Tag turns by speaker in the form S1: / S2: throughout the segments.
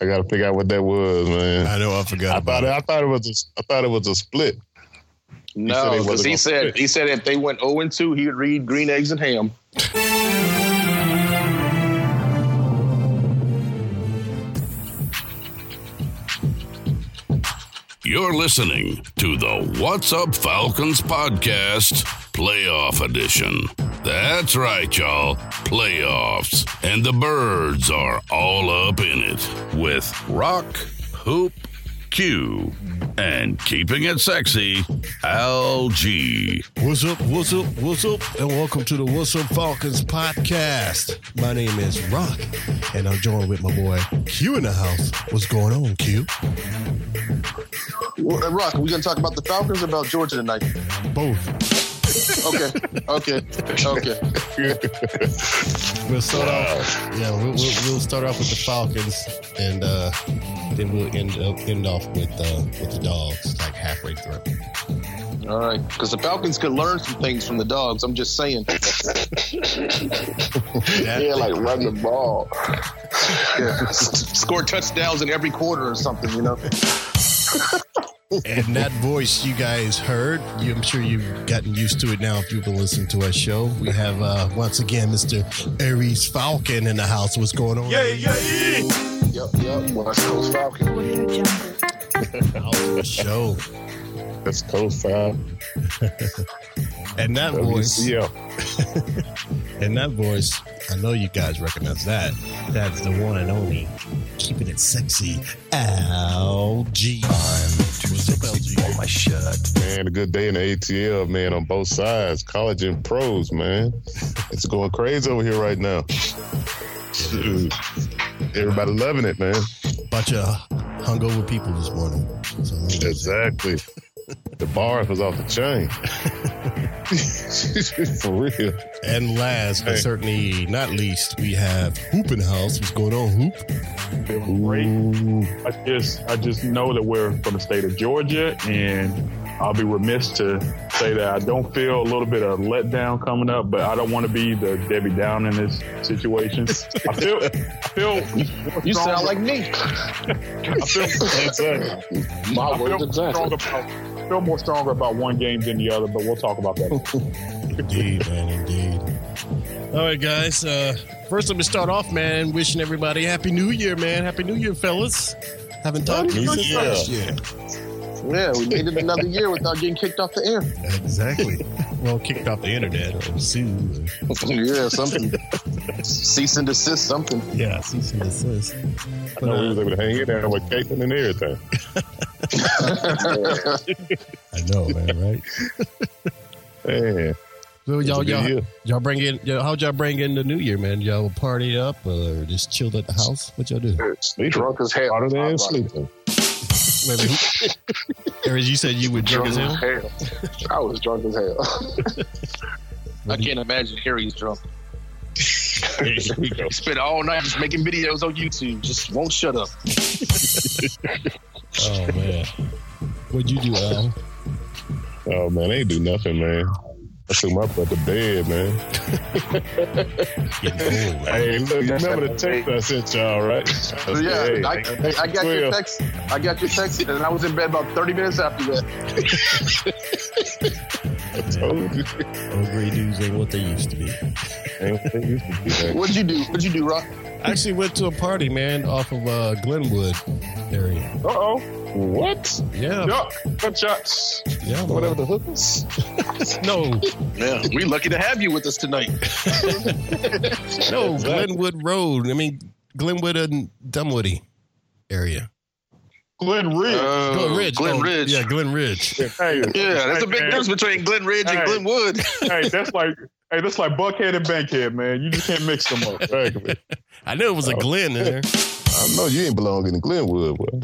S1: I gotta figure out what that was, man.
S2: I know I forgot.
S1: I
S2: about
S1: thought
S2: it.
S1: it, I thought it was a, I thought it was a split. he
S3: No,
S1: said he wasn't
S3: because he
S1: gonna
S3: said
S1: quit.
S3: he said if they went 0 and 2, he would read green eggs and ham.
S4: You're listening to the What's Up Falcons podcast, Playoff Edition. That's right, y'all. Playoffs. And the birds are all up in it with Rock, Hoop, Q, and keeping it sexy, Al G.
S2: What's up, what's up, what's up, and welcome to the What's Up Falcons podcast. My name is Rock, and I'm joined with my boy Q in the house. What's going on, Q?
S3: Well, uh, Rock, are we gonna talk about the Falcons or about Georgia tonight?
S2: Both.
S3: Okay, okay, okay.
S2: We'll start off. Yeah, we'll, we'll, we'll start off with the Falcons, and uh, then we'll end up end off with uh, with the dogs, like halfway through.
S3: All right, because the Falcons could learn some things from the dogs. I'm just saying.
S2: That-
S1: Yeah, like run the ball.
S3: Yeah. S- Score touchdowns in every quarter or something, you know.
S2: And that voice you guys heard, you, I'm sure you've gotten used to it now if you've been listening to our show. We have, uh, once again, Mr. Aries Falcon in the house. What's going on? Yeah, yeah.
S3: Yep, yep. West Coast Falcons.
S2: Show.
S1: That's code five.
S2: And that voice,
S1: Yeah.
S2: and that voice, I know you guys recognize that. That's the one and only, keeping it sexy, LG. What's up, LG? my shirt.
S1: Man, a good day in the ATL, man, on both sides, college and pros, man. It's going crazy over here right now. Shoot. Everybody loving it, man.
S2: Bunch of hungover people this morning. So,
S1: Exactly. The bar was off the chain. For real.
S2: And last, but
S1: Hey.
S2: certainly not least, we have Hoop in the house. What's going on, Hoop?
S5: feeling great. I just I just know that we're from the state of Georgia, and I'll be remiss to say that I don't feel a little bit of letdown coming up, but I don't want to be the Debbie Down in this situation. I feel I feel
S3: You sound like me.
S5: I feel
S1: Exactly.
S3: My
S5: I feel
S3: words
S5: more strong
S3: exactly.
S5: about I feel more stronger about one game than the other, but we'll talk about that.
S2: Indeed, man, indeed. All right, guys. Uh, first, let me start off, man, wishing everybody Happy New Year, man. Happy New Year, fellas. Haven't talked to you
S1: New
S2: since
S1: Year.
S2: last year.
S3: Yeah, we made it another year without getting kicked off the air.
S2: Exactly. well, kicked off the internet or sued. or-
S3: yeah, something. Cease and desist, something.
S2: Yeah, cease and desist.
S1: I know we was able to hang in there with Caitlin and everything.
S2: I know, man, right?
S1: Man,
S2: So
S1: it's a
S2: y'all,
S1: good
S2: y'all,
S1: year.
S2: y'all bring in. Y'all, how'd y'all bring in the New Year, man? Y'all party up or just chilled at the house? What y'all do?
S1: Sleeping.
S3: Drunk as hell.
S1: Part of that
S3: I'm
S1: is sleeping.
S2: Wait, wait, who- Eric, you said you would drink
S3: Drunk
S2: as
S3: as
S2: hell.
S3: hell. I was drunk as hell. I can't imagine Harry's drunk.
S1: There you go.
S3: He spent all night just making videos on YouTube. Just won't shut up.
S2: Oh man, what'd you do, Al?
S1: Oh man, they ain't do nothing, man. I took my butt to bed, man. Hey, look, you remember the text I sent y'all, right? I said,
S3: yeah,
S1: hey,
S3: I, I got your
S1: Well.
S3: text. I got your text, and I was in bed about 30 minutes after that.
S1: I told Oh, you.
S2: Hungry dudes ain't what they used to be.
S1: Ain't what they used to be, man.
S3: What'd you do? What'd you do, Rock?
S2: I actually went to a party, man, off of uh, Glenwood area.
S5: Uh oh,
S1: What?
S2: Yeah,
S5: duck, gunshots.
S2: yeah, man.
S1: Whatever the hook is.
S2: No,
S3: Yeah, we lucky to have you with us tonight.
S2: no, Glenwood Road. I mean, Glenwood and Dunwoody area.
S5: Glen Ridge.
S2: Glen Ridge.
S3: Uh, Glen
S2: Oh,
S3: Ridge.
S2: Yeah, Glen Ridge.
S5: hey,
S3: Yeah, there's a
S5: hey,
S3: big
S5: man.
S3: difference between Glen Ridge
S5: Hey.
S3: and Glenwood.
S5: hey, that's like hey, that's like Buckhead and Bankhead, man. You just can't mix them up.
S1: Exactly.
S2: I knew it was a Glen in there.
S1: don't know. You ain't belong in Glenwood. Boy.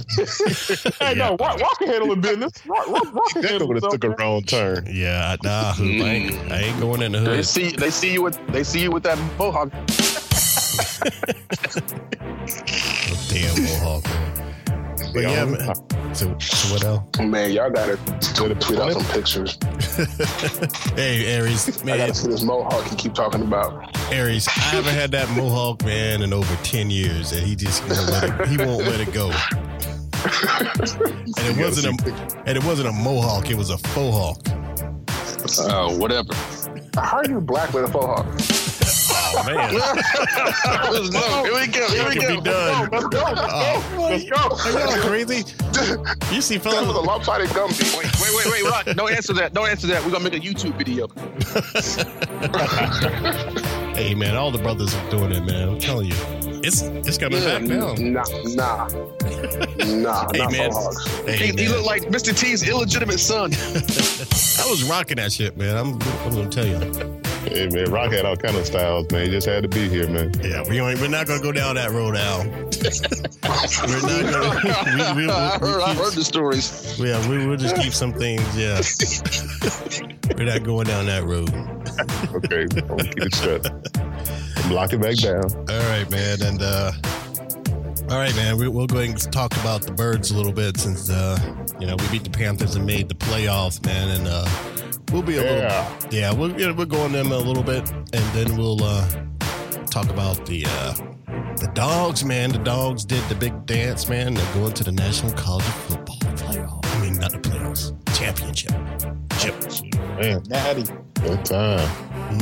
S6: Hey, no, Rock, Rock can handle the business. Rock, Rock, Rock can
S1: That
S6: handle
S1: would have took a
S6: it.
S1: wrong turn.
S2: Yeah, nah, hoop. I ain't, I ain't going in the
S7: They
S2: hood.
S7: see they see you with they see you with that mohawk.
S2: Damn, Mohawk. man. But
S1: Yeah,
S2: yeah,
S1: I'm-
S2: man. So, so what else?
S7: Man, y'all gotta tweet, tweet out some pictures.
S2: Hey, Aries,
S7: I
S2: man,
S7: gotta see this mohawk you keep talking about.
S2: Aries, I haven't had that Mohawk man in over ten years, and he just won't let it, he won't let it go. And it wasn't a and it wasn't a Mohawk; it was a faux hawk.
S7: Oh, whatever. How are you black with a mohawk?
S2: Oh man,
S7: Let's go. Here we go. Here we
S2: It
S7: go.
S2: can be done. Oh.
S7: Let's go. Let's go. Let's go.
S2: Are y'all crazy? You see,
S7: That was a
S2: fellas,
S7: lopsided Gumby. Wait, wait, wait, wait, Rock. Don't answer that. Don't answer that. We're gonna make a YouTube video.
S2: hey man, all the brothers are doing it, man. I'm telling you, it's it's coming back down.
S7: Nah, Mm, nah. Nah,
S2: Hey,
S7: not
S2: man.
S7: mohawks.
S2: Hey,
S7: he, he
S2: man.
S7: looked like Mr. T's illegitimate son.
S2: I was rocking that shit, man. I'm, I'm gonna tell you.
S1: Hey, man, Rock had all kind of styles, man. He just had to be here, man.
S2: Yeah, we ain't, we're not gonna go down that road, Al. we're not gonna. We, we, we,
S7: I, heard, I
S2: we
S7: heard the stories.
S2: keep, yeah, we, we'll just keep some things. Yeah, we're not going down that road.
S1: Okay, I'm gonna keep it shut. Block it back down.
S2: All right, man, and uh, all right, man. We, we'll go ahead and talk about the birds a little bit since uh, you know we beat the Panthers and made the playoffs, man, and uh, we'll be a
S1: Yeah.
S2: little. Yeah, we'll you know, we'll go on them a little bit, and then we'll uh, talk about the. Uh, the dogs, man. The dogs did the big dance, man. They're going to the National College of Football playoff. I mean, not the playoffs, championship. Chip.
S1: Man, Natty. Mm-hmm. Good time.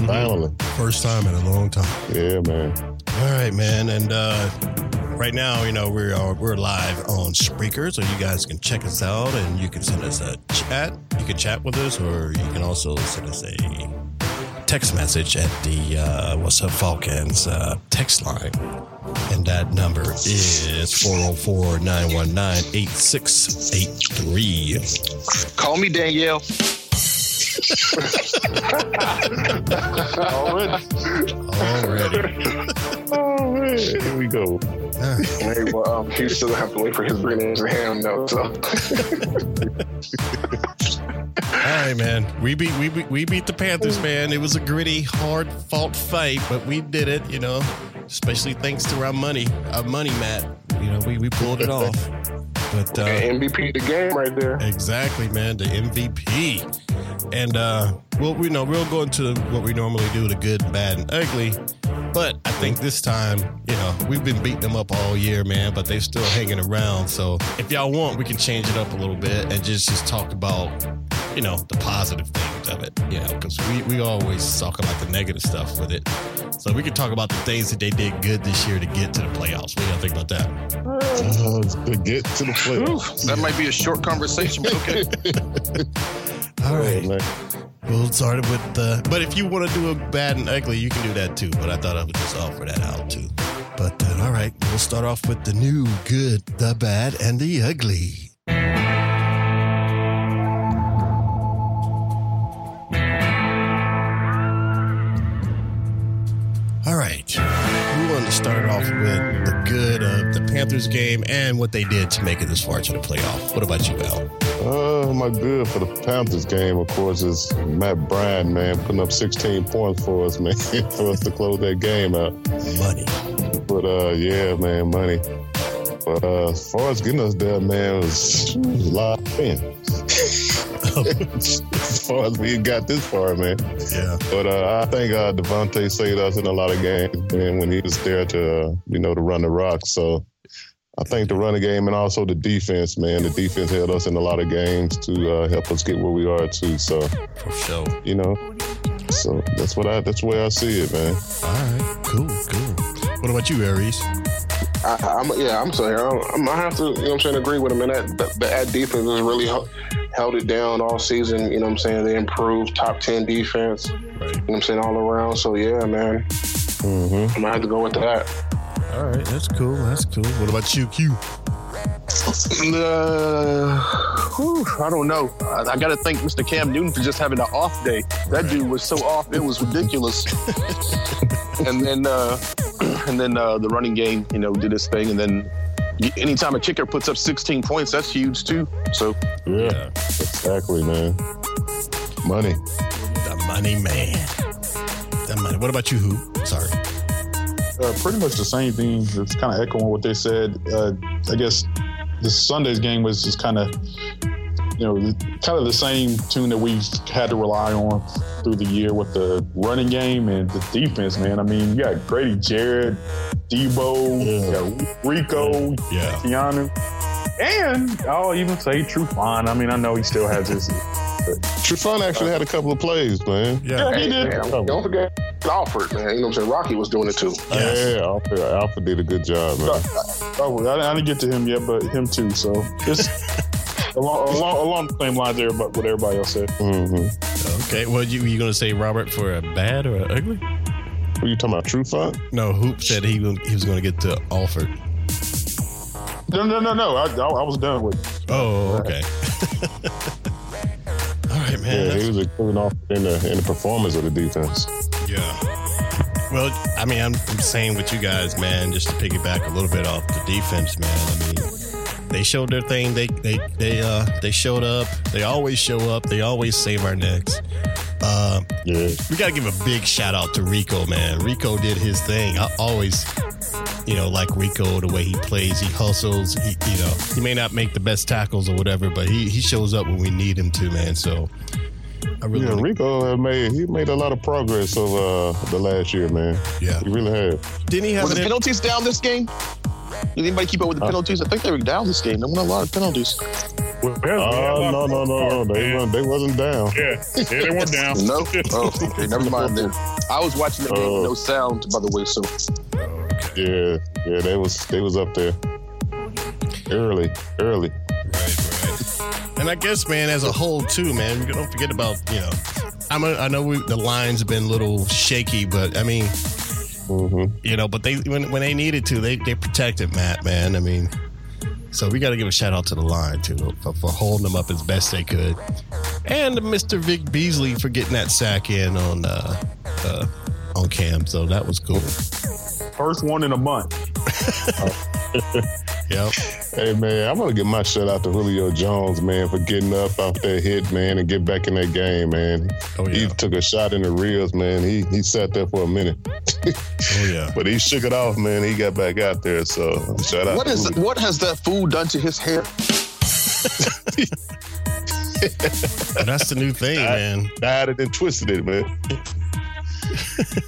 S1: Finally.
S2: First time in a long time.
S1: Yeah, man.
S2: All right, man. And uh, right now, you know, we are we're live on Spreaker, so you guys can check us out and you can send us a chat. You can chat with us, or you can also send us a text message at the uh, What's Up Falcons uh, text line. And that number is 404 919 8683.
S7: Call me Danielle.
S6: Already.
S2: Already.
S1: Oh, man. Here we go.
S7: Hey, well, um, he still gonna have to wait for his greetings and
S2: Uh,
S7: ham though. So
S2: All right, man. We beat we beat, we beat the Panthers, man. It was a gritty, hard fought fight, but we did it. You know, especially thanks to our money, our money, Matt. You know, we, we pulled it off. But uh,
S7: MVP the game right there.
S2: exactly, man, the MVP. And uh, well, we know we'll go into what we normally do: the good, bad, and ugly. But I think this time, you know, we've been beating them up all year, man. But they're still hanging around. So if y'all want, we can change it up a little bit and just just talk about you know the positive things of it you know because we, we always talk about the negative stuff with it so we can talk about the things that they did good this year to get to the playoffs what do y'all think about that
S1: Oh, it's good to get to the playoffs.
S7: That might be a short conversation, but okay.
S2: all
S1: Oh, man.
S2: we'll start it with the but if you want to do a bad and ugly you can do that too but i thought i would just offer that out too but uh, all right we'll start off with the new good the bad and the ugly All right. We wanted to start off with the good of the Panthers game and what they did to make it this far to the playoff. What about you, Al?
S1: Oh, my good for the Panthers game, of course, is Matt Bryan, man, putting up 16 points for us, man, for us to close that game out.
S2: Money.
S1: But uh, yeah, man, money. But uh, as far as getting us there, man, it was a lot of fun. Oh. as far as we got this far, man.
S2: Yeah.
S1: But uh, I think uh, Devontae saved us in a lot of games, man, when he was there to, uh, you know, to run the rock. So I think the running game and also the defense, man, the defense held us in a lot of games to uh, help us get where we are, too. So,
S2: For sure.
S1: you know, so that's what I, that's the way I see it, man.
S2: All right, cool, cool. What about you, Aries?
S7: I, I'm, yeah, I'm sorry. I'm, I'm, I have to, you know what I'm saying, agree with him. And that, the, the ad defense has really hel- held it down all season. You know what I'm saying? They improved top 10 defense, you know
S2: Right.
S7: what I'm saying, all around. So, yeah, man,
S1: hmm
S7: I'm going to have to go with that.
S2: All right, that's cool, that's cool. What about you, Q?
S7: Uh, whew, I don't know. I, I got to thank Mr. Cam Newton for just having an off day. That dude was so off, it was ridiculous. and then uh, and then uh, the running game, you know, did its thing. And then y- anytime a kicker puts up 16 points, that's huge too. So
S1: Yeah,
S2: Yeah.
S1: exactly, man. Money.
S2: The money man. The money. What about you, who? Sorry.
S1: Uh, pretty much the same thing. It's kind of echoing what they said. Uh, I guess this Sunday's game was just kind of, you know, kind of the same tune that we've had to rely on through the year with the running game and the defense, man. I mean, you got Grady Jarrett, Debo, you got Rico,
S2: Yeah.
S6: Keanu. And I'll even say Trufant. I mean, I know he still has his.
S1: Trufant actually had a couple of plays, man.
S2: Yeah.
S7: Hey, man, don't forget Alford, man. You know what I'm saying? Rocky was doing it too.
S2: Yeah.
S1: Alpha, Alpha did a good job, man.
S5: Oh, I, I didn't get to him yet, but him too. So just along, along, along the same lines, there, but what everybody else said.
S1: Mm-hmm.
S2: Okay. Well, you you gonna say Robert for a bad or a ugly?
S1: Were you talking about Trufant?
S2: No. Hoop said he gon- he was gonna get to Alford.
S5: No, no, no, no. I, I, I was done with.
S2: Oh. Okay. All right, man.
S1: Yeah,
S2: That's-
S1: he was improving off in the in the performance of the defense.
S2: Yeah. Well, I mean, I'm, I'm saying with you guys, man, just to piggyback a little bit off the defense, man. I mean, they showed their thing. They they they uh they showed up. They always show up. They always save our necks. Uh,
S1: Yeah,
S2: we got to give a big shout out to Rico, man. Rico did his thing. I always, you know, like Rico the way he plays. He hustles. He, you know, he may not make the best tackles or whatever, but he he shows up when we need him to, man. So I really,
S1: yeah.
S2: wanna-
S1: Rico had made he made a lot of progress over uh, the last year, man.
S2: yeah.
S1: He really have.
S2: Didn't he have
S7: Was
S2: an
S7: the penalties down this game? Did anybody keep up with the penalties? I think they were down this game. They won a lot of penalties.
S6: Well, we had a
S5: Uh,
S1: Oh
S6: lot
S1: no
S6: of
S1: no no,
S6: cards,
S1: they
S6: man.
S1: weren't, they wasn't down.
S6: Yeah, yeah, they went down.
S7: No? Oh, okay. Never mind then. I was watching the game with no sound, by the way, so.
S1: Yeah, yeah, they was they was up there early, early.
S2: Right, right. And I guess, man, as a whole, too, man, we don't forget about you know. I'm a, I know we, the lines have been a little shaky, but I mean,
S1: hmm
S2: you know, but they when, when they needed to, they they protected Matt, man. I mean, so we got to give a shout out to the line too for, for holding them up as best they could, and to Mr. Vic Beasley for getting that sack in on uh, uh on Cam. So that was cool.
S5: First one in a month.
S2: Yep.
S1: Hey man, I'm gonna give my shout out to Julio Jones, man, for getting up off that hit, man, and get back in that game, man.
S2: Oh
S1: He
S2: yeah.
S1: took a shot in the ribs, man. He he sat there for a minute.
S2: Oh yeah.
S1: But he shook it off, man. He got back out there. So shout out.
S7: What
S1: to
S7: is
S1: Julio.
S7: what has that fool done to his hair?
S2: But that's the new thing, man.
S1: Died and then twisted it, man.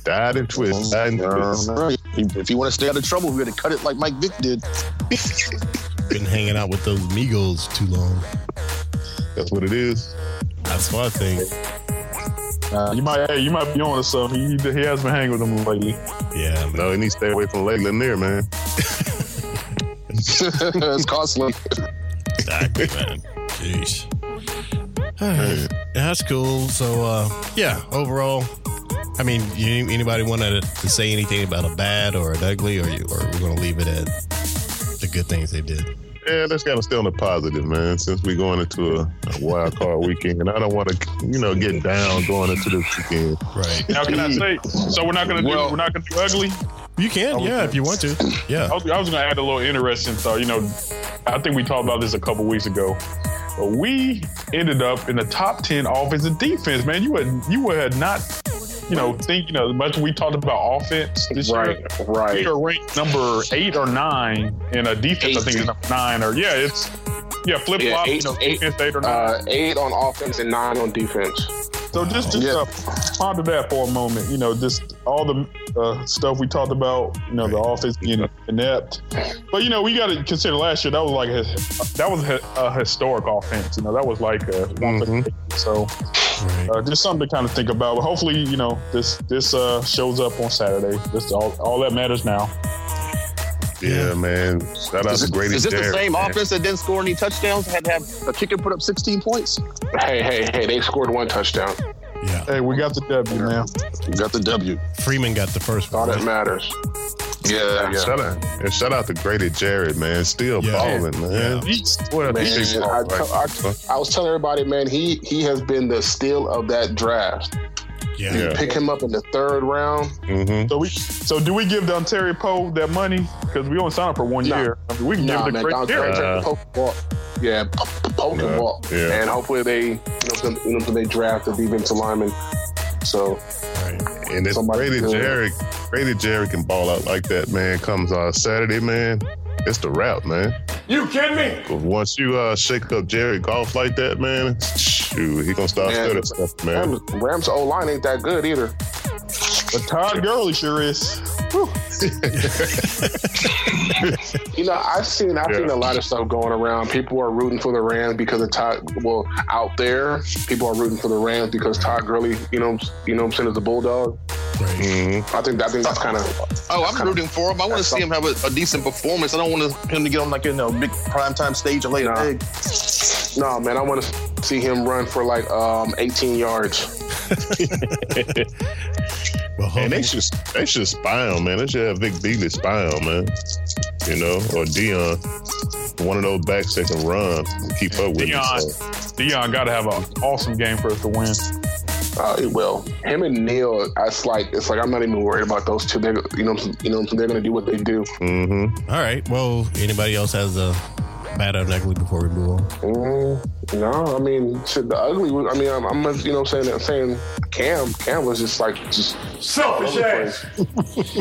S1: Died and twisted. Died and twisted.
S7: If you want to stay out of trouble, we're gonna cut it like Mike Vick did.
S2: Been hanging out with those Migos too long.
S1: That's what it is.
S2: That's what I think.
S5: you might, hey, you might be on to something. He, he has been hanging with them lately.
S2: Yeah,
S1: No, and he stay away from Lakeland there, man.
S7: it's costly.
S2: exactly, man. Jeez. All right. That's cool. So, uh, yeah, overall, I mean, you, anybody want to, to say anything about a bad or an ugly, or, you, or we're going to leave it at the good things they did?
S1: Yeah, let's gotta stay on the positive, man. Since we going into a, a wild card weekend, and I don't want to, you know, get down going into this weekend.
S2: Right.
S5: Now, can I say? So we're not gonna do. We're not gonna do ugly.
S2: You can, yeah, if you want to. Yeah.
S5: I was, I was going to add a little interesting thought. You know, I think we talked about this a couple weeks ago. But we ended up in the top ten offense and defense. Man, you would you would not, you know, think you know as much. as We talked about offense this year. We
S7: right.
S5: are ranked number eight or nine in a defense. I think
S7: Eight.
S5: it's number nine or yeah, it's yeah flip
S7: Yeah,
S5: flop
S7: eight- eight,
S5: defense eight or nine.
S7: Uh, eight on offense and nine on defense.
S5: So just just
S7: Yeah.
S5: uh, ponder that for a moment. You know, just all the uh, stuff we talked about. You know, the offense being inept, but you know we got to consider last year that was like a, that was a, a historic offense. You know, that was like a,
S7: Mm-hmm.
S1: Mhm.
S5: so
S2: Right.
S5: uh, just something to kind of think about. But hopefully, you know, this this uh, shows up on Saturday. This all all that matters now.
S1: uh, Yeah, man. Shout out
S7: Is
S1: to
S7: it-
S1: Grady.
S7: is this the
S1: Jarrett,
S7: same
S1: man.
S7: offense that didn't score any touchdowns? Had to have a kicker put up 16 points? Hey, hey, hey, they scored one touchdown.
S2: Yeah.
S5: Hey, we got the W now.
S7: Got the W.
S2: Freeman got the first
S7: All
S2: one.
S7: that matters. Yeah, yeah.
S1: Shout out and shout out to Grady Jarrett, man. Still
S2: Yeah.
S1: balling, man. What a
S7: Man,
S1: big ball
S7: I,
S1: right
S7: I, I was telling everybody, man, he he has been the steal of that draft.
S2: Yeah.
S1: Yeah.
S7: Pick him up in the third round.
S1: Mm-hmm.
S5: So we, so do we give Don Terry Poe that money because we only signed up for one
S7: Nah.
S5: year? I mean, we can
S7: Nah,
S5: give the
S7: man,
S5: great
S7: Don Terry,
S5: Terry.
S7: take
S1: Uh,
S7: the poke walk. Yeah, p- p- poke
S1: Yeah,
S7: and walk.
S1: yeah.
S7: And hopefully they, you know, some- you know, they draft a defensive lineman. So
S1: And if
S7: Somebody
S1: Brady
S7: good.
S1: Jerry, Brady Jerry can ball out like that, man, comes on Saturday, man, it's the wrap, man.
S5: You kidding me?
S1: 'Cause once you uh, shake up Jerry Golf like that, man, shoot, he gonna start
S7: Man.
S1: stuttering stuff, man.
S7: Rams, Rams O line ain't that good either.
S5: But Todd Gurley sure is.
S7: You know, I've seen I've
S1: Yeah.
S7: seen a lot of stuff going around. People are rooting for the Rams because of Todd. Well, out there, people are rooting for the Rams because Todd Gurley. You know, you know, what I'm saying is a bulldog.
S1: Mm-hmm.
S7: I think I think that's kind of
S3: Oh, I'm rooting for him. I want to
S7: that's
S3: see him have a, a decent performance. I don't want him to get on like you know big primetime stage and lay an
S7: Nah.
S3: egg.
S7: no man. I want to see him run for like um 18 yards.
S2: Well,
S1: And
S2: hopefully-
S1: they should they should spy on man. They should have Vic Beasley spy on man. You know, or Dion, one of those backs that can run, and keep up with
S5: Deion.
S1: him.
S5: Dion got to have an awesome game for us to win.
S7: Uh, well, him and Neil, it's like it's like I'm not even worried about those two. They're you know you know they're gonna do what they do.
S1: hmm
S2: All right. Well, anybody else has a bad of ugly before we move on?
S7: Mm, no, I mean, shit, the ugly. was- I mean, I'm, I'm you know, saying that saying Cam, Cam was just like just selfish ass.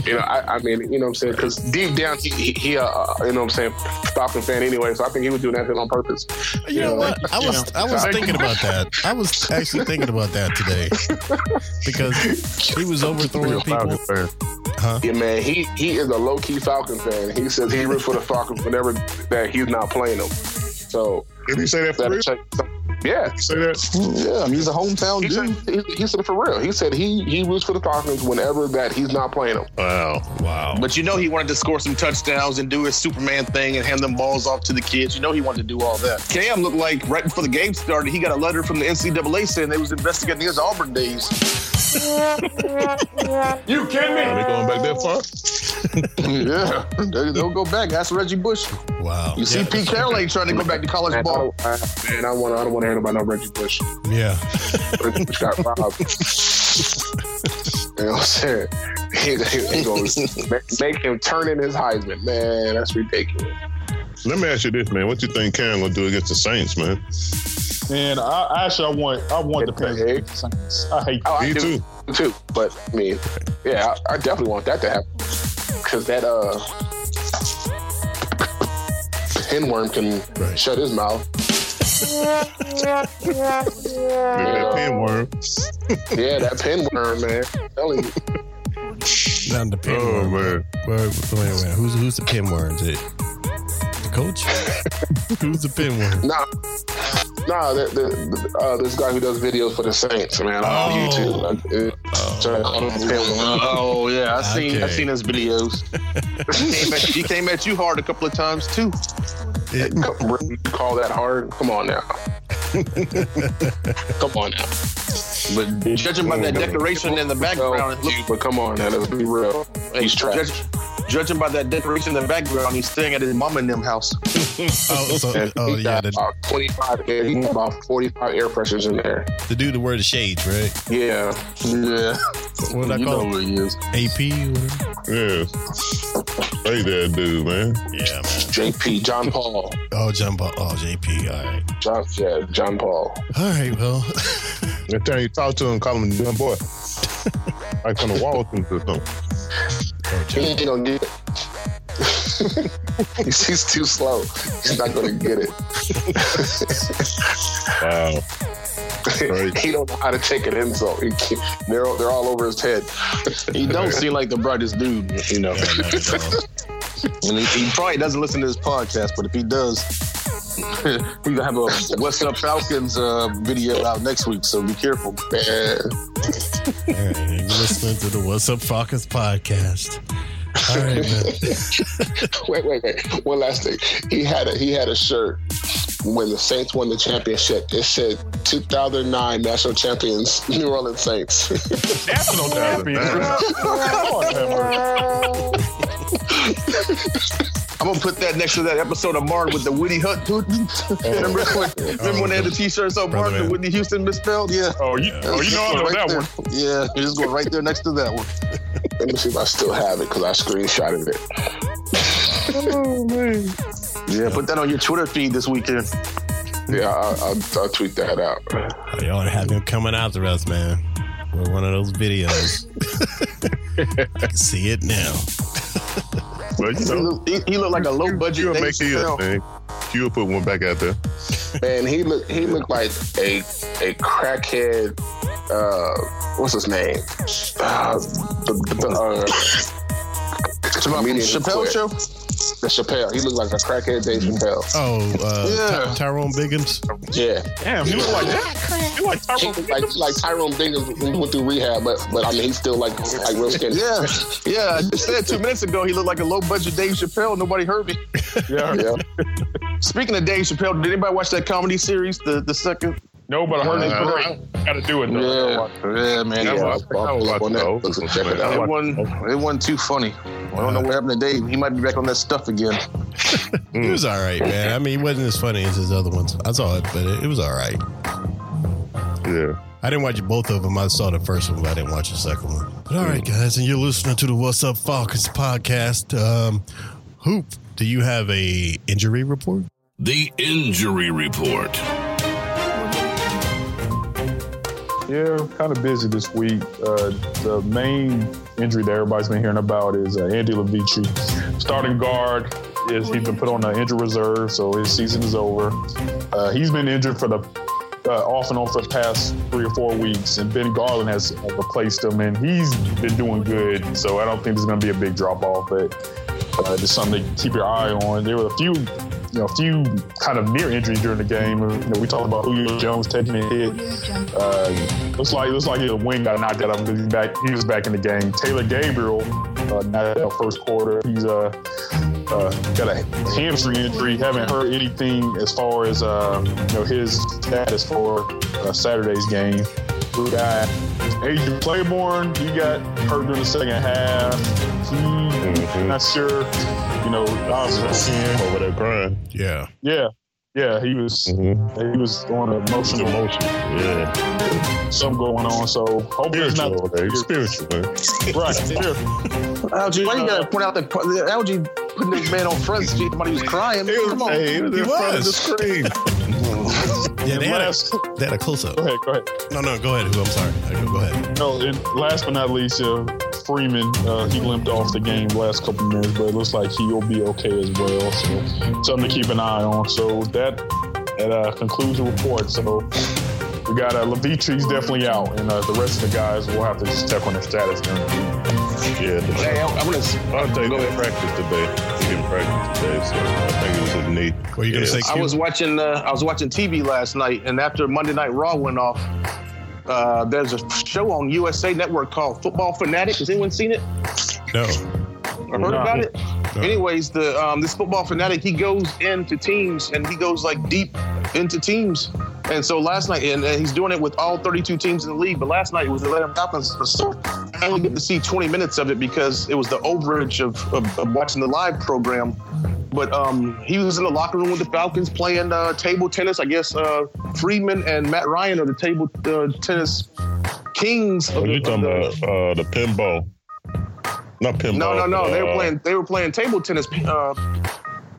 S7: you know, I, I mean, you know, what I'm saying because deep down, he, he, he uh, uh, you know, what I'm saying Falcon fan anyway. So I think he was doing that shit on purpose.
S2: You know what? I was I was thinking about that. I was actually thinking about that today because he was overthrowing people.
S7: Yeah, man, he he is a low key Falcon fan. He says he roots for the Falcons whenever that he's not playing them. So
S1: Did you say that for
S7: that
S1: real?
S7: check. Yeah,
S1: Say that?
S3: Yeah, he's a hometown
S7: he said, he, he said it for real. He said he he roots for the Falcons whenever that he's not playing them.
S1: Wow.
S2: Wow.
S3: But you know he wanted to score some touchdowns and do his Superman thing and hand them balls off to the kids. You know he wanted to do all that. Cam looked like right before the game started, he got a letter from the NCAA saying they was investigating his Auburn days.
S1: Are they going back that far?
S3: yeah, they, will go back. Ask Reggie Bush.
S2: Wow.
S3: You see, Pete Carroll ain't trying to go back to college
S7: Man, I
S3: ball.
S7: don't, I, man, I want I don't want to hear about no Reggie Bush.
S2: Yeah.
S7: Reggie Bush got robbed. you know what I'm saying? He, he, he goes, make, make him turn in his Heisman. Man, that's ridiculous.
S1: Let me ask you this, man. What you think Cam gonna do against the Saints, man?
S5: And I actually, I want, I want the
S7: Get the
S5: Panthers. to beat the Saints. I hate.
S7: Oh, I
S1: Me
S7: do
S1: too.
S7: too. But I mean, yeah, I, I definitely want that to happen because that uh, pinworm can
S2: Right.
S7: shut his mouth.
S1: That pinworm.
S7: Yeah, that pinworm, man. I'm telling you.
S2: Not the pin
S1: Oh
S2: worm.
S1: man.
S2: Wait, wait, wait. Who's who's the pin worm? Is it the coach? who's the pin worm?
S7: Nah, nah. The, the, the, uh, this guy who does videos for the Saints, man, on
S2: Oh.
S7: YouTube. Like, uh, so I call him Pinworm.
S3: Oh yeah, I
S2: Uh,
S3: seen I
S2: Okay.
S3: seen his videos. he, came at, he came at you hard a couple of times too.
S2: It-
S7: Come- really Call that hard? Come on now. come on now.
S3: But judging by that decoration in the background, it looked
S7: but come on now. Let's be real. He's trash.
S3: Judge, judging by that decoration in the background, he's staying at his mom and them house.
S2: oh, so, oh
S7: he
S2: yeah.
S7: got
S2: The,
S7: about 25 air, he got about 45 air pressures in there.
S2: the dude that wear the shades, right?
S7: Yeah. Yeah.
S2: What did I
S7: you know
S2: call him?
S7: who he is.
S2: AP? Whatever.
S1: Yeah. Hey that dude, man.
S2: Yeah, man.
S7: JP, John Paul.
S2: Oh, jump up. Oh, JP. All right.
S7: John, yeah, John Paul.
S2: All right. Well,
S1: Next time you talk to him, call him a young boy. like on the wall or something.
S2: oh,
S7: He
S2: John,
S7: ain't gonna get it. he's, he's too slow. He's not gonna get it.
S1: Wow. Right.
S7: he don't know how to take an insult. He can't, they're they're all over his head.
S3: He don't seem like the brightest dude, you know.
S2: yeah, not at all.
S3: And he, he probably doesn't listen to this podcast, but if he does, we're gonna have a What's Up Falcons uh, video out next week. So be careful.
S7: Man,
S2: All right, you're listening to the What's Up Falcons podcast. All right, man.
S7: wait, wait, wait. One last thing. He had a he had a shirt when the Saints won the championship. It said 2009 national champions, New Orleans Saints.
S5: National champions.
S1: Damn.
S5: Come on, Panthers.
S3: I'm gonna put that next to that episode of Martin with the Woody Hut dude.
S7: Oh,
S3: remember when, remember when they had the T-shirts on
S2: Brother
S3: Martin and
S2: man.
S3: Whitney Houston misspelled? Yeah.
S5: Oh, you, oh, you know I know
S3: Right
S5: that
S3: there.
S5: one.
S3: Yeah, you just go right there next to that one.
S7: Let me see if I still have it because I screenshotted it.
S3: Yeah, put that on your Twitter feed this weekend.
S7: Yeah, I'll, I'll, I'll tweet that out.
S2: Oh, y'all have him coming after us, man. We're one of those videos. I can see it now.
S1: Well, you
S3: He
S1: know,
S3: look, he, he look like a low budget.
S1: you'll make it a thing. You'll put one back out there.
S7: Man, he look he looked like a a crackhead. Uh, what's his name? Uh, the, the, the, uh, comedian who
S3: Chappelle
S7: quit.
S3: show.
S7: The Chappelle. He looked like a crackhead Dave Chappelle.
S2: Oh, uh,
S3: Yeah.
S2: Ty- Tyrone Biggins.
S7: Yeah,
S5: Damn, you look like that. You like
S7: he,
S5: Tyrone.
S7: like like Tyrone Biggins went through rehab, but but I mean he's still like like real skinny.
S3: Yeah, yeah. I just said two minutes ago he looked like a low budget Dave Chappelle. Nobody heard me.
S5: Yeah.
S7: yeah.
S3: Speaking of Dave Chappelle, did anybody watch that comedy series? The the second.
S5: No, but I heard
S3: Uh,
S5: it's great. Got to do it though.
S7: Yeah.
S3: Yeah, man.
S7: Yeah,
S3: It,
S7: I'll-
S3: was,
S7: I'll pull up on that. Let's check it out.
S3: it wasn't. It wasn't too funny. I don't know what happened to Dave. He might be back on that stuff again.
S2: He was all right, man. I mean, he wasn't as funny as his other ones. I saw it, but it, it was all right.
S1: Yeah.
S2: I didn't watch both of them. I saw the first one, but I didn't watch the second one. But all right, guys, and you're listening to the What's Up Falcons podcast. Um, Hoop, do you have a injury report?
S4: The injury report.
S5: Yeah, kind of busy this week. Uh, the main injury that everybody's been hearing about is uh, Andy Levici, starting guard. Is he's been put on the injury reserve, so his season is over. Uh, he's been injured for the uh, off and on for the past three or four weeks, and Ben Garland has uh, replaced him, and he's been doing good. So I don't think there's going to be a big drop off, but uh, just something to keep your eye on. There were a few, you know, a few kind of near injuries during the game. You know, we talked about Julio Jones taking a hit. Uh, looks like looks like the wing got knocked out of him because he back he was back in the game. Taylor Gabriel, uh, not out first quarter. He's uh, uh, got a hamstring injury. Haven't heard anything as far as uh, you know his status for uh, Saturday's game. We got Adrian Claiborne. He got hurt during the second half. He not sure. You know, obviously,
S1: Over there crying.
S2: Yeah.
S5: yeah, yeah. He was
S1: Mm-hmm.
S5: he was on an emotional
S1: Emotion. Yeah.
S5: something going on. So hopefully it's not
S1: Spiritual. man. Spiritual, man.
S5: right. spiritual.
S3: Algie, why you gotta point out the, the Algie putting this man on front street? Somebody was crying. Man, come on.
S1: Hey, it was in front of the
S2: Oh, was.
S1: screen.
S2: Yeah, they
S5: And
S2: had a,
S5: last,
S2: they had a close up.
S5: go ahead, go ahead.
S2: No, no, go ahead. Hoop. I'm sorry. Okay, Go ahead.
S5: No, and last but not least, uh, Freeman uh, he limped off the game last couple minutes, but it looks like he'll be okay as well. So something to keep an eye on. So that that uh, concludes the report. So we got uh, Levitri's definitely out, and uh, the rest of the guys will have to just check on their status. during the week.
S1: Yeah. The,
S3: Hey, I, I'm gonna.
S1: I think they practiced today. They didn't practice today, so I think it was a knee.
S2: Were you going to
S1: Yeah.
S2: say?
S3: I
S2: Q?
S3: was watching. Uh, I was watching TV last night, and after Monday Night Raw went off, uh, there's a show on USA Network called Football Fanatic. Has anyone seen it?
S2: no.
S3: or heard
S5: No.
S3: about it.
S2: No.
S3: Anyways, the um, this football fanatic he goes into teams and he goes like deep into teams. And so last night, and, and he's doing it with all 32 teams in the league. But last night it was the Atlanta Falcons. So I only get to see 20 minutes of it because it was the overage of, of, of watching the live program. But um, he was in the locker room with the Falcons playing uh, table tennis. I guess uh, Freeman and Matt Ryan are the table uh, tennis kings. of
S1: Oh,
S3: the-
S1: you talking
S3: of
S1: about
S3: the-
S1: uh, the pinball? Not pinball.
S3: no, no, no.
S1: uh,
S3: They were playing. They were playing table tennis. Uh,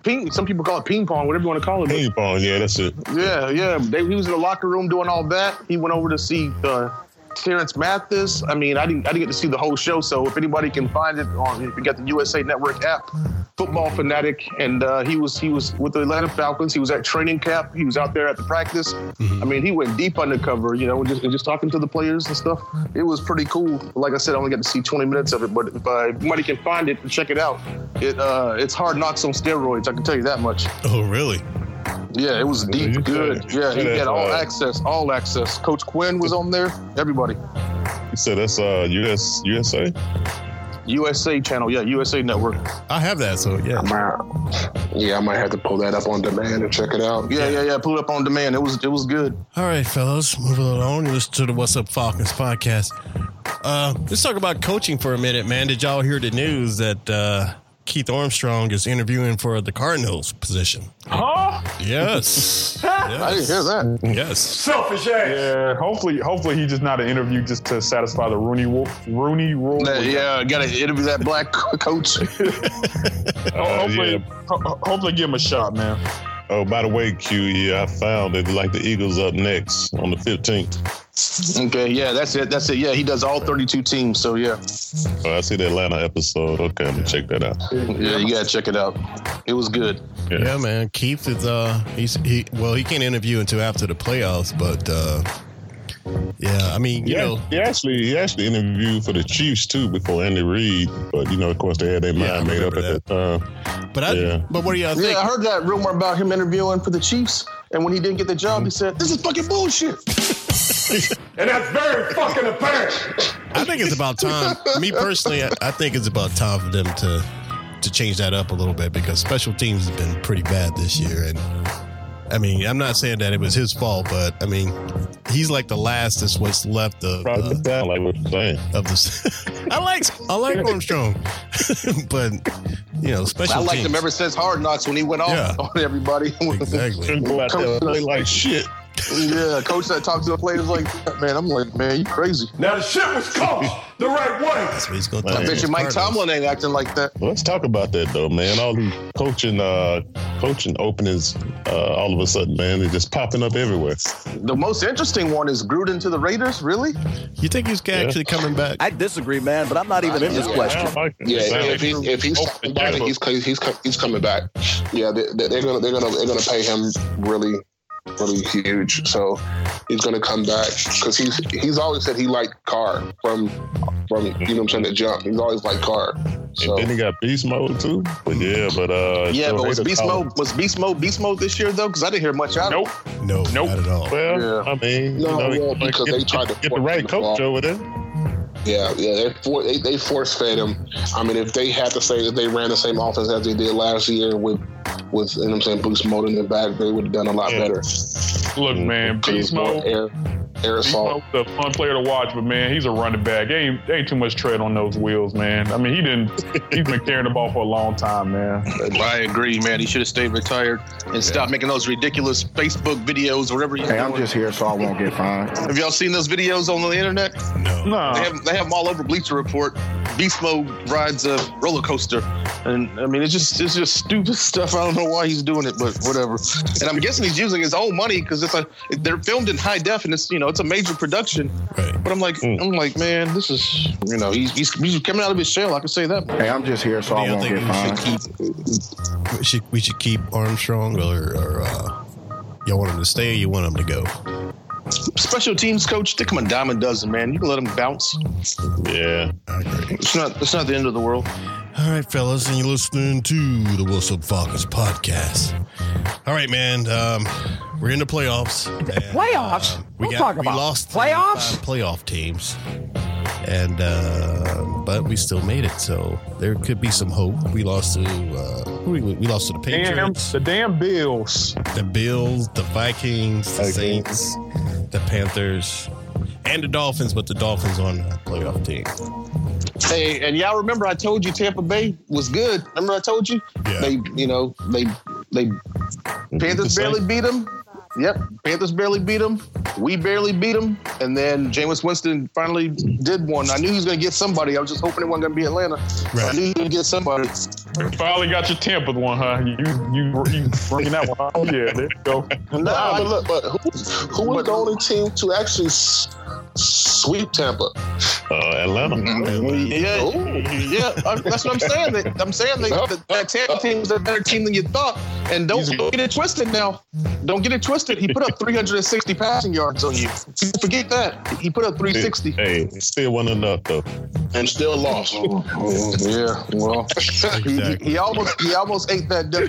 S3: ping. Some people call it ping pong. Whatever you want to call it.
S1: ping pong. Yeah, that's it.
S3: Yeah, yeah. They, he was in the locker room doing all that. He went over to see uh, Terrence Mathis. I mean, I didn't, I didn't get to see the whole show. So if anybody can find it on, if you got the USA Network app, Football Fanatic, and uh, he was he was with the Atlanta Falcons. He was at training camp. He was out there at the practice. I mean, he went deep undercover, you know, and just, and just talking to the players and stuff. It was pretty cool. Like I said, I only got to see 20 minutes of it, but if uh, if anybody can find it and check it out, it uh, it's hard knocks on steroids. I can tell you that much.
S2: Oh, really?
S3: Yeah, it was deep,
S1: you
S3: good.
S1: said- you
S3: Yeah,
S1: said
S3: he
S1: that's
S3: had all
S1: right.
S3: access, all access. Coach Quinn was on there. Everybody,
S1: You said that's uh, US USA.
S3: USA Channel, yeah, USA Network.
S2: I have that. So yeah.
S7: Might- yeah, I might have to pull that up on demand and check it out.
S3: Yeah, yeah, yeah. Pull it up on demand. It was, it was good.
S2: All right, fellas, moving along. You listen to the What's Up Falcons podcast. Uh, let's talk about coaching for a minute, man. Did y'all hear the news that uh, Keith Armstrong is interviewing for the Cardinals position.
S5: Huh?
S2: Yes.
S3: I didn't hear that.
S2: Yes.
S8: Selfish ass.
S5: Yeah. Hopefully, hopefully he's just not an interview just to satisfy the Rooney Wo- Rooney rule.
S3: Yeah, yeah, got to interview that black co- coach.
S5: Ho-
S1: Uh,
S5: hopefully,
S1: yeah.
S5: ho- ho- hopefully give him a shot, man.
S1: Oh, by the way, Q, yeah, I found it. Like the Eagles up next on the 15th.
S3: okay, yeah, that's it. That's it. Yeah, he does all 32 teams. So yeah,
S1: Oh, I see the Atlanta episode. Okay, I'm gonna check that out.
S3: yeah, you gotta check it out. It was good.
S2: Yeah, man. Keith is uh he's he well, he can't interview until after the playoffs, but uh yeah, I mean, you
S1: Yeah,
S2: know,
S1: he actually he actually interviewed for the Chiefs too before Andy Reid, but you know, of course, they had their
S2: Yeah,
S1: mind
S2: I
S1: made up
S2: remember
S1: at that time.
S2: but I
S1: Yeah.
S2: but what do y'all think?
S3: Yeah, I heard that rumor about him interviewing for the Chiefs, and when he didn't get the job, he said, "This is fucking bullshit."
S8: And that's very fucking apparent.
S2: I think it's about time. Me personally, I, I think it's about time for them to to change that up a little bit because special teams has been pretty bad this year. And I mean, I'm not saying that it was his fault, but I mean, he's like the last that's what's left of
S1: Probably
S2: uh,
S1: sound like what you're saying.
S2: of this. I like I like Armstrong, but you know, special
S3: I liked
S2: teams.
S3: him ever since Hard Knocks when he went off
S2: Yeah.
S3: on everybody.
S2: exactly.
S1: Shouldn't go out there and play like shit.
S3: yeah, coach that talked to the players like, man, I'm like, man, you crazy.
S8: Now the shit was coached the right way.
S2: That's what he's going to
S1: I
S2: talk
S3: I
S1: Yeah,
S3: bet you
S2: about
S3: Mike
S2: Cardinals.
S3: Tomlin ain't acting like that.
S1: Let's talk about that though, man. All these coaching, uh, coaching openings, uh, all of a sudden, man, they're just popping up everywhere.
S3: The most interesting one is Gruden to the Raiders. Really?
S2: You think he's actually coming back?
S9: I disagree, man, but I'm not even in this question.
S7: Yeah, if, he, if he's coming back, he's co- he's co- he's coming back. Yeah, they, they- they're gonna they're gonna they're gonna pay him really really huge. So he's gonna come back because he's he's always said he liked Carr from from you know what I'm saying the jump. He's always liked Carr. So
S1: And then he got beast mode too. But yeah, but uh,
S3: Yeah,
S1: Joe
S3: but was
S1: Hader
S3: Beast
S1: called-
S3: Mode was Beast Mode Beast Mode this year though? Because I didn't hear much out
S5: Nope.
S3: of
S2: no,
S5: Nope.
S2: not at all.
S1: Well,
S3: Yeah.
S1: I mean,
S7: No,
S1: you know,
S7: well, because
S1: get,
S7: they tried to
S1: get the
S7: force
S1: right
S7: him
S1: coach
S7: involved.
S1: over there.
S7: yeah, yeah, they for, they, they force fed him. I mean, if they had to say that they ran the same offense as they did last year with with you know what I'm saying Boost Mode in the back, they would have done a lot
S1: Yeah.
S7: better.
S5: Look, man,
S7: Because
S5: Beast
S7: more
S5: Mode.
S7: air air
S5: Beast
S7: assault.
S5: Mode's a fun player to watch, but man, he's a running back. Ain't ain't too much tread on those wheels, man. I mean, he didn't. He's been carrying the ball for a long time, man.
S3: him. I agree, man. He should have stayed retired and stopped making those ridiculous Facebook videos, whatever. You
S10: Hey, I'm just here so I won't get fined.
S3: Have y'all seen those videos on the internet?
S2: No.
S3: They
S5: No,
S3: have, they have them all over Bleacher Report. Beast Mode rides a roller coaster, and I mean it's just it's just stupid stuff. I don't know why he's doing it, but whatever. And I'm guessing he's using his own money because it's a they're filmed in high def, and it's you know it's a major production.
S2: Right.
S3: But I'm like I'm like man, this is you know he's he's, he's coming out of his shell. I can say that.
S10: Hey, I'm just here so I
S2: Yeah, I
S10: won't
S2: think
S10: get fined.
S2: we should keep. We should, we should keep Armstrong, or, or uh, y'all want him to stay, or you want him to go?
S3: Special teams coach, stick him a dime a dozen, man. You can let him bounce.
S1: Yeah,
S3: It's not it's not the end of the world.
S2: All right, fellas, and you're listening to the What's Up Falcons podcast. All right, man, um, we're in the playoffs. and,
S11: Playoffs?
S2: um, we
S11: What
S2: got,
S11: talk
S2: we
S11: about?
S2: lost
S11: Playoffs?
S2: five playoff teams, and uh, but we still made it. So there could be some hope. We lost to uh, who we, we lost to the
S5: damn
S2: Patriots.
S5: the damn Bills.
S2: the Bills, the Vikings, the Saints, the Panthers, and the Dolphins, but the Dolphins on the playoff team.
S3: Hey, and y'all remember I told you Tampa Bay was good. Remember I told you
S2: Yeah.
S3: they, you know, they they Panthers
S1: the
S3: barely
S1: Saints.
S3: beat them. Yep, Panthers barely beat them. We barely beat them, and then Jameis Winston finally did one. I knew he was going to get somebody. I was just hoping it wasn't going to be Atlanta. I
S2: Right.
S3: knew he was going to get somebody.
S5: Finally got your temper one, huh? You you you bringing that one? Oh, yeah, there you go.
S7: No, but look, but who, who was the only team to actually s- sweep Tampa?
S1: uh, Atlanta.
S3: Yeah,
S2: Oh.
S3: yeah, I- that's what I'm saying. They- I'm saying they, that, that Tampa team's a better team than you thought. And don't, don't get it twisted now. Don't get it twisted. He put up 360 passing yards on you. Forget that. He put up 360.
S1: Hey, still one enough though.
S7: and still lost.
S3: Yeah, well, he, he- he almost he almost ate that W.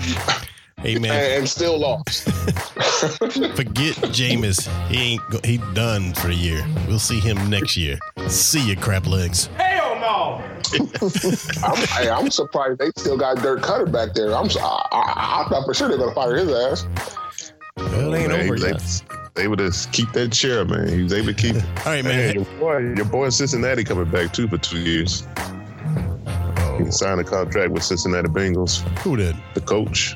S2: Hey man,
S7: and still lost.
S2: forget Jameis. He ain't go- he done for the year. We'll see him next year. See you, crab legs.
S8: Hell no.
S7: I'm, hey, I'm surprised they still got Dirk Cutter back there. I'm s- I, I, I thought for sure they're gonna fire his ass.
S2: Well, it ain't
S1: Man, he
S2: over
S1: was
S2: yet.
S1: able- able to keep that chair, man. He was able to keep. it.
S2: All right,
S1: Man,
S2: man.
S1: your boy, your boy Cincinnati coming back too for two years.
S2: Oh,
S1: He signed a contract with Cincinnati Bengals.
S2: Who did?
S1: The coach.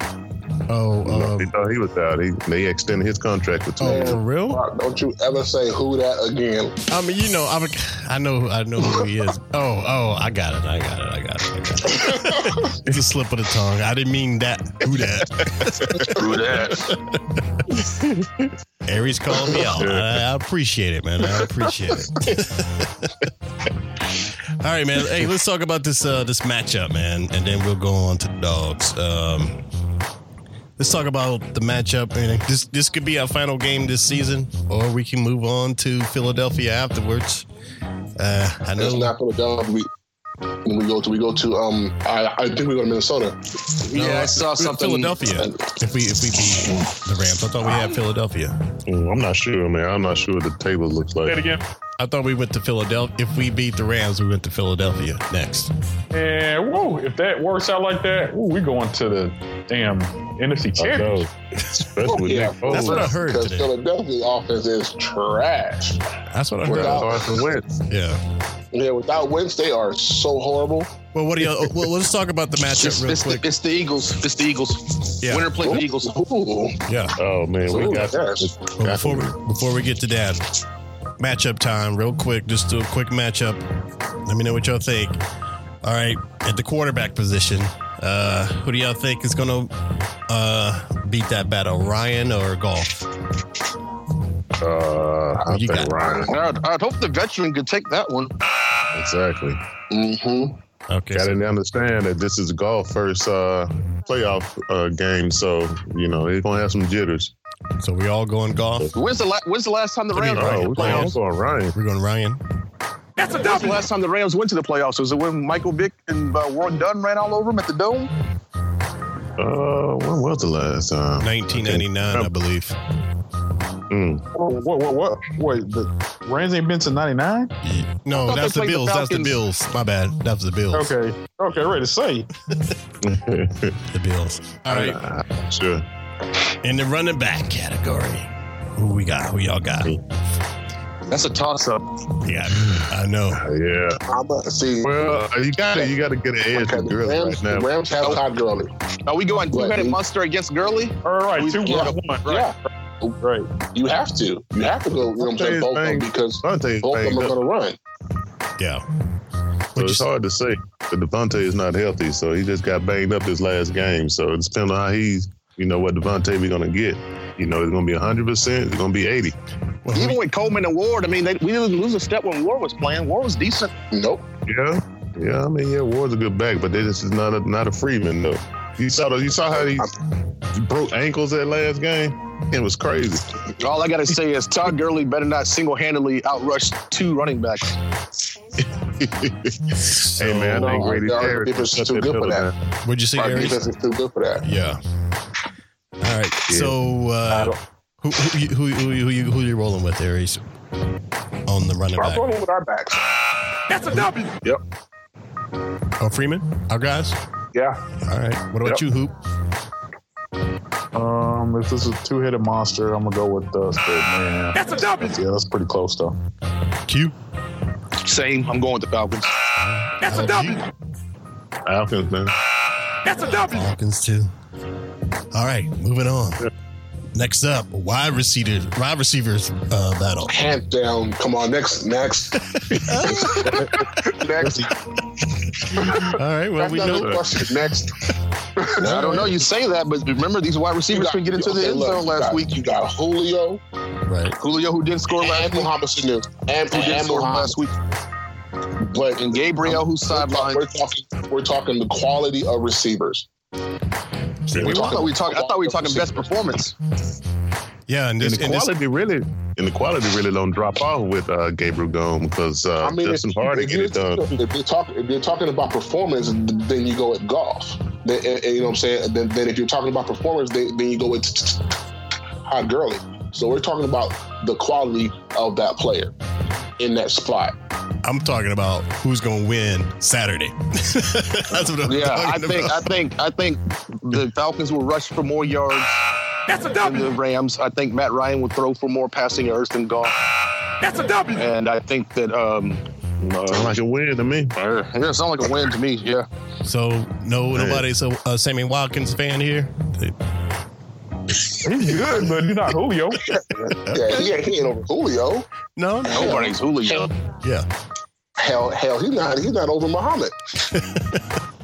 S2: Oh,
S1: they thought he was out. He, they extended his contract for two years.
S2: real?
S7: Don't you ever say who that again.
S2: I mean, you know, I'm, I know, I know who he is. Oh, oh, I got it, I got it, I got it. I got it. it's a slip of the tongue. I didn't mean that. Who that?
S7: Who that?
S2: Aries called me out. I, I appreciate it, man. I appreciate it. All right, man. Hey, let's talk about this uh, this matchup, man, and then we'll go on to the dogs. Um, let's talk about the matchup. And this this could be our final game this season, or we can move on to Philadelphia afterwards. Uh, I
S7: It's
S2: know.
S7: not Philadelphia. We, when we go to, we go to. Um, I, I think we go to Minnesota.
S2: No, Philadelphia. If we if we beat the Rams, I thought we had Philadelphia.
S1: Mm, I'm not sure, man. I'm not sure what the table looks
S5: Say it
S1: like.
S5: again.
S2: I thought we went to Philadelphia. If we beat the Rams, we went to Philadelphia next.
S5: And whoa, if that works out like that, ooh, we going to the damn NFC
S1: I know.
S5: Championship.
S1: Especially with
S7: Yeah,
S1: Nick Foles.
S2: That's what I heard
S7: Because
S2: today.
S7: Philadelphia offense is trash.
S2: That's what I heard.
S7: Without-
S1: Carson Wentz.
S2: Yeah.
S7: Yeah, without Wentz, they are so horrible.
S2: Well, what do you? Well, let's talk about the matchup
S3: It's,
S2: real
S3: it's
S2: quick.
S3: the, it's the Eagles. It's the Eagles.
S2: Yeah.
S3: Winner play the Eagles.
S7: Ooh,
S2: yeah.
S1: Oh man, we
S7: Ooh,
S1: got
S7: yes.
S2: Well, before we before we get to that matchup time, real quick, just do a quick matchup. Let me know what y'all think. All right, at the quarterback position, uh, who do y'all think is gonna uh, beat that battle, Ryan or Golf?
S1: uh, I
S2: You
S1: think
S2: got-
S1: Ryan.
S3: I'd, I'd hope the veteran could take that one.
S1: Exactly.
S7: mm-hmm.
S2: Okay,
S1: Got to understand that this is golf first uh, playoff uh, game, so you know it's gonna have some jitters.
S2: so, so we all going Golf.
S3: When's the la- When's the last time the
S2: Give me
S3: Rams?
S2: Ryan.
S1: Oh,
S3: went
S1: we're
S3: to the
S1: gonna
S3: playoffs?
S1: have some Ryan.
S2: We're going Ryan.
S3: When's the last time the Rams went to the playoffs? Was it when Michael Vick and uh, Warren Dunn ran all over him at the Dome?
S1: Uh, when was the last time?
S2: 1999, I believe.
S1: Mm.
S5: What, what, what? Wait, the Rams ain't been to 99?
S2: No,
S1: Oh.
S3: thought
S2: that's
S3: they
S2: the
S3: played the
S2: Bills. that's the
S3: Falcons.
S2: Bills. My bad. That's the Bills.
S5: Okay. Okay, ready to say.
S2: The Bills. All right.
S1: Hmm. sure.
S2: In the running back category, who we got? Who y'all got?
S3: That's a toss up.
S2: Yeah, I know.
S1: Yeah.
S7: I'm about to see.
S1: Well, you got to you got to get an edge
S7: Okay,
S1: to
S7: the
S1: Grill
S7: Rams,
S1: right now.
S7: the Rams have Todd Gurley.
S3: Are we going two
S7: What?
S3: headed monster against Gurley?
S5: All right,
S7: We-
S5: two,
S7: yeah.
S5: one, one. Right,
S7: Yeah,
S5: right.
S7: you have to. You have to go. You know what I'm saying? Both of them because
S1: Devontae's
S7: both of them
S1: banged
S7: are
S1: up,
S7: going to run.
S2: Yeah.
S1: so
S2: Would you
S1: it's
S2: say,
S1: hard to say. But Devontae is not healthy, so he just got banged up this last game. So it depends on how he's, you know, what Devontae we're gonna get. You know, it's gonna be hundred percent. It's gonna be eighty.
S2: well, who-
S3: Even with Coleman and Ward, I mean, they, we didn't lose a step when Ward was playing. Ward was decent.
S7: Nope.
S1: Yeah, yeah. I mean, yeah, Ward's a good back, but this is not a not a Freeman though. You saw the, you saw how he broke ankles that last game. It was crazy.
S3: All I got to say is Todd Gurley better not single handedly outrush two running backs.
S1: hey man,
S7: No,
S1: I think Grady
S7: our
S1: Jarrett
S7: defense
S1: shut
S7: is too
S1: that
S7: good for
S1: middle
S7: that.
S1: down.
S2: would you say
S7: Our
S2: Aries?
S7: defense is too good for that.
S2: Yeah. All right. So, uh, who, who, you- who, who, who, you- who you rolling with, Aries? On the running
S7: I'm
S2: back.
S7: going with our backs.
S2: Oh, Freeman? Our guys?
S5: Yeah.
S2: All right. What about you,
S5: Yep.
S2: Hoop?
S5: Um, if this is a two headed monster, I'm gonna go with the man. Ah, That's a W. Yeah, that's pretty close though.
S2: Q?
S3: Same. I'm going with the Falcons.
S2: That's a W.
S1: Falcons, man.
S2: Falcons, too. All right. Moving on. Next up, wide receiver, wide receivers uh, battle.
S7: Hands down. Come on, next, next, next.
S2: All right. Well,
S7: That's
S2: we
S7: not
S2: know.
S7: a question. Next.
S3: I don't know. You say that, but remember these wide
S7: You
S3: receivers
S7: got-
S3: couldn't get into the
S7: okay,
S3: end
S7: look,
S3: zone
S7: you
S3: last
S7: got-
S3: week.
S7: You got Julio.
S2: Right.
S3: Julio, who didn't score last
S7: and
S3: week,
S7: Muhammad Sanu and,
S3: who didn't
S7: and
S3: score
S7: Muhammad.
S3: last week,
S7: But
S3: and Gabriel, who's
S7: we're, talk,
S3: sidelined.
S7: we're talking, we're talking the quality of receivers.
S3: I
S7: we're
S3: thought we talk, I thought we were talking best
S7: receivers.
S3: performance.
S2: Yeah.
S1: And
S2: And this,
S1: the
S2: and this
S1: quality really, and the quality really don't drop off with uh, Gabriel Gome because uh,
S7: I mean,
S1: Justin
S7: if-
S1: Hardy
S7: if
S1: get
S7: you're-
S1: it done.
S7: If you're talking, if you're talking about performance, then you go at golf. Then, and- and you know what I'm saying. Then, then if you're talking about performance, then, then you go with hot girly. So we're talking about the quality of that player in that spot.
S2: I'm talking about who's going to win Saturday. That's what I'm
S3: Yeah, I
S2: talking
S3: think I
S2: about.
S3: think I think the Falcons will rush for more yards than the Rams. I think Matt Ryan will throw for more passing yards than golf. That's a W. And I think that um, Sound
S1: like a win to me.
S3: Yeah, it sound like a win to me. Yeah.
S2: So no, nobody's a, a Sammy Watkins fan here.
S5: He's good, but he's not Julio.
S7: Yeah, he ain't, he ain't over Julio.
S2: No, no.
S3: Nobody's Julio.
S2: yeah.
S7: Hell, hell, he's not. He's not over Muhammad.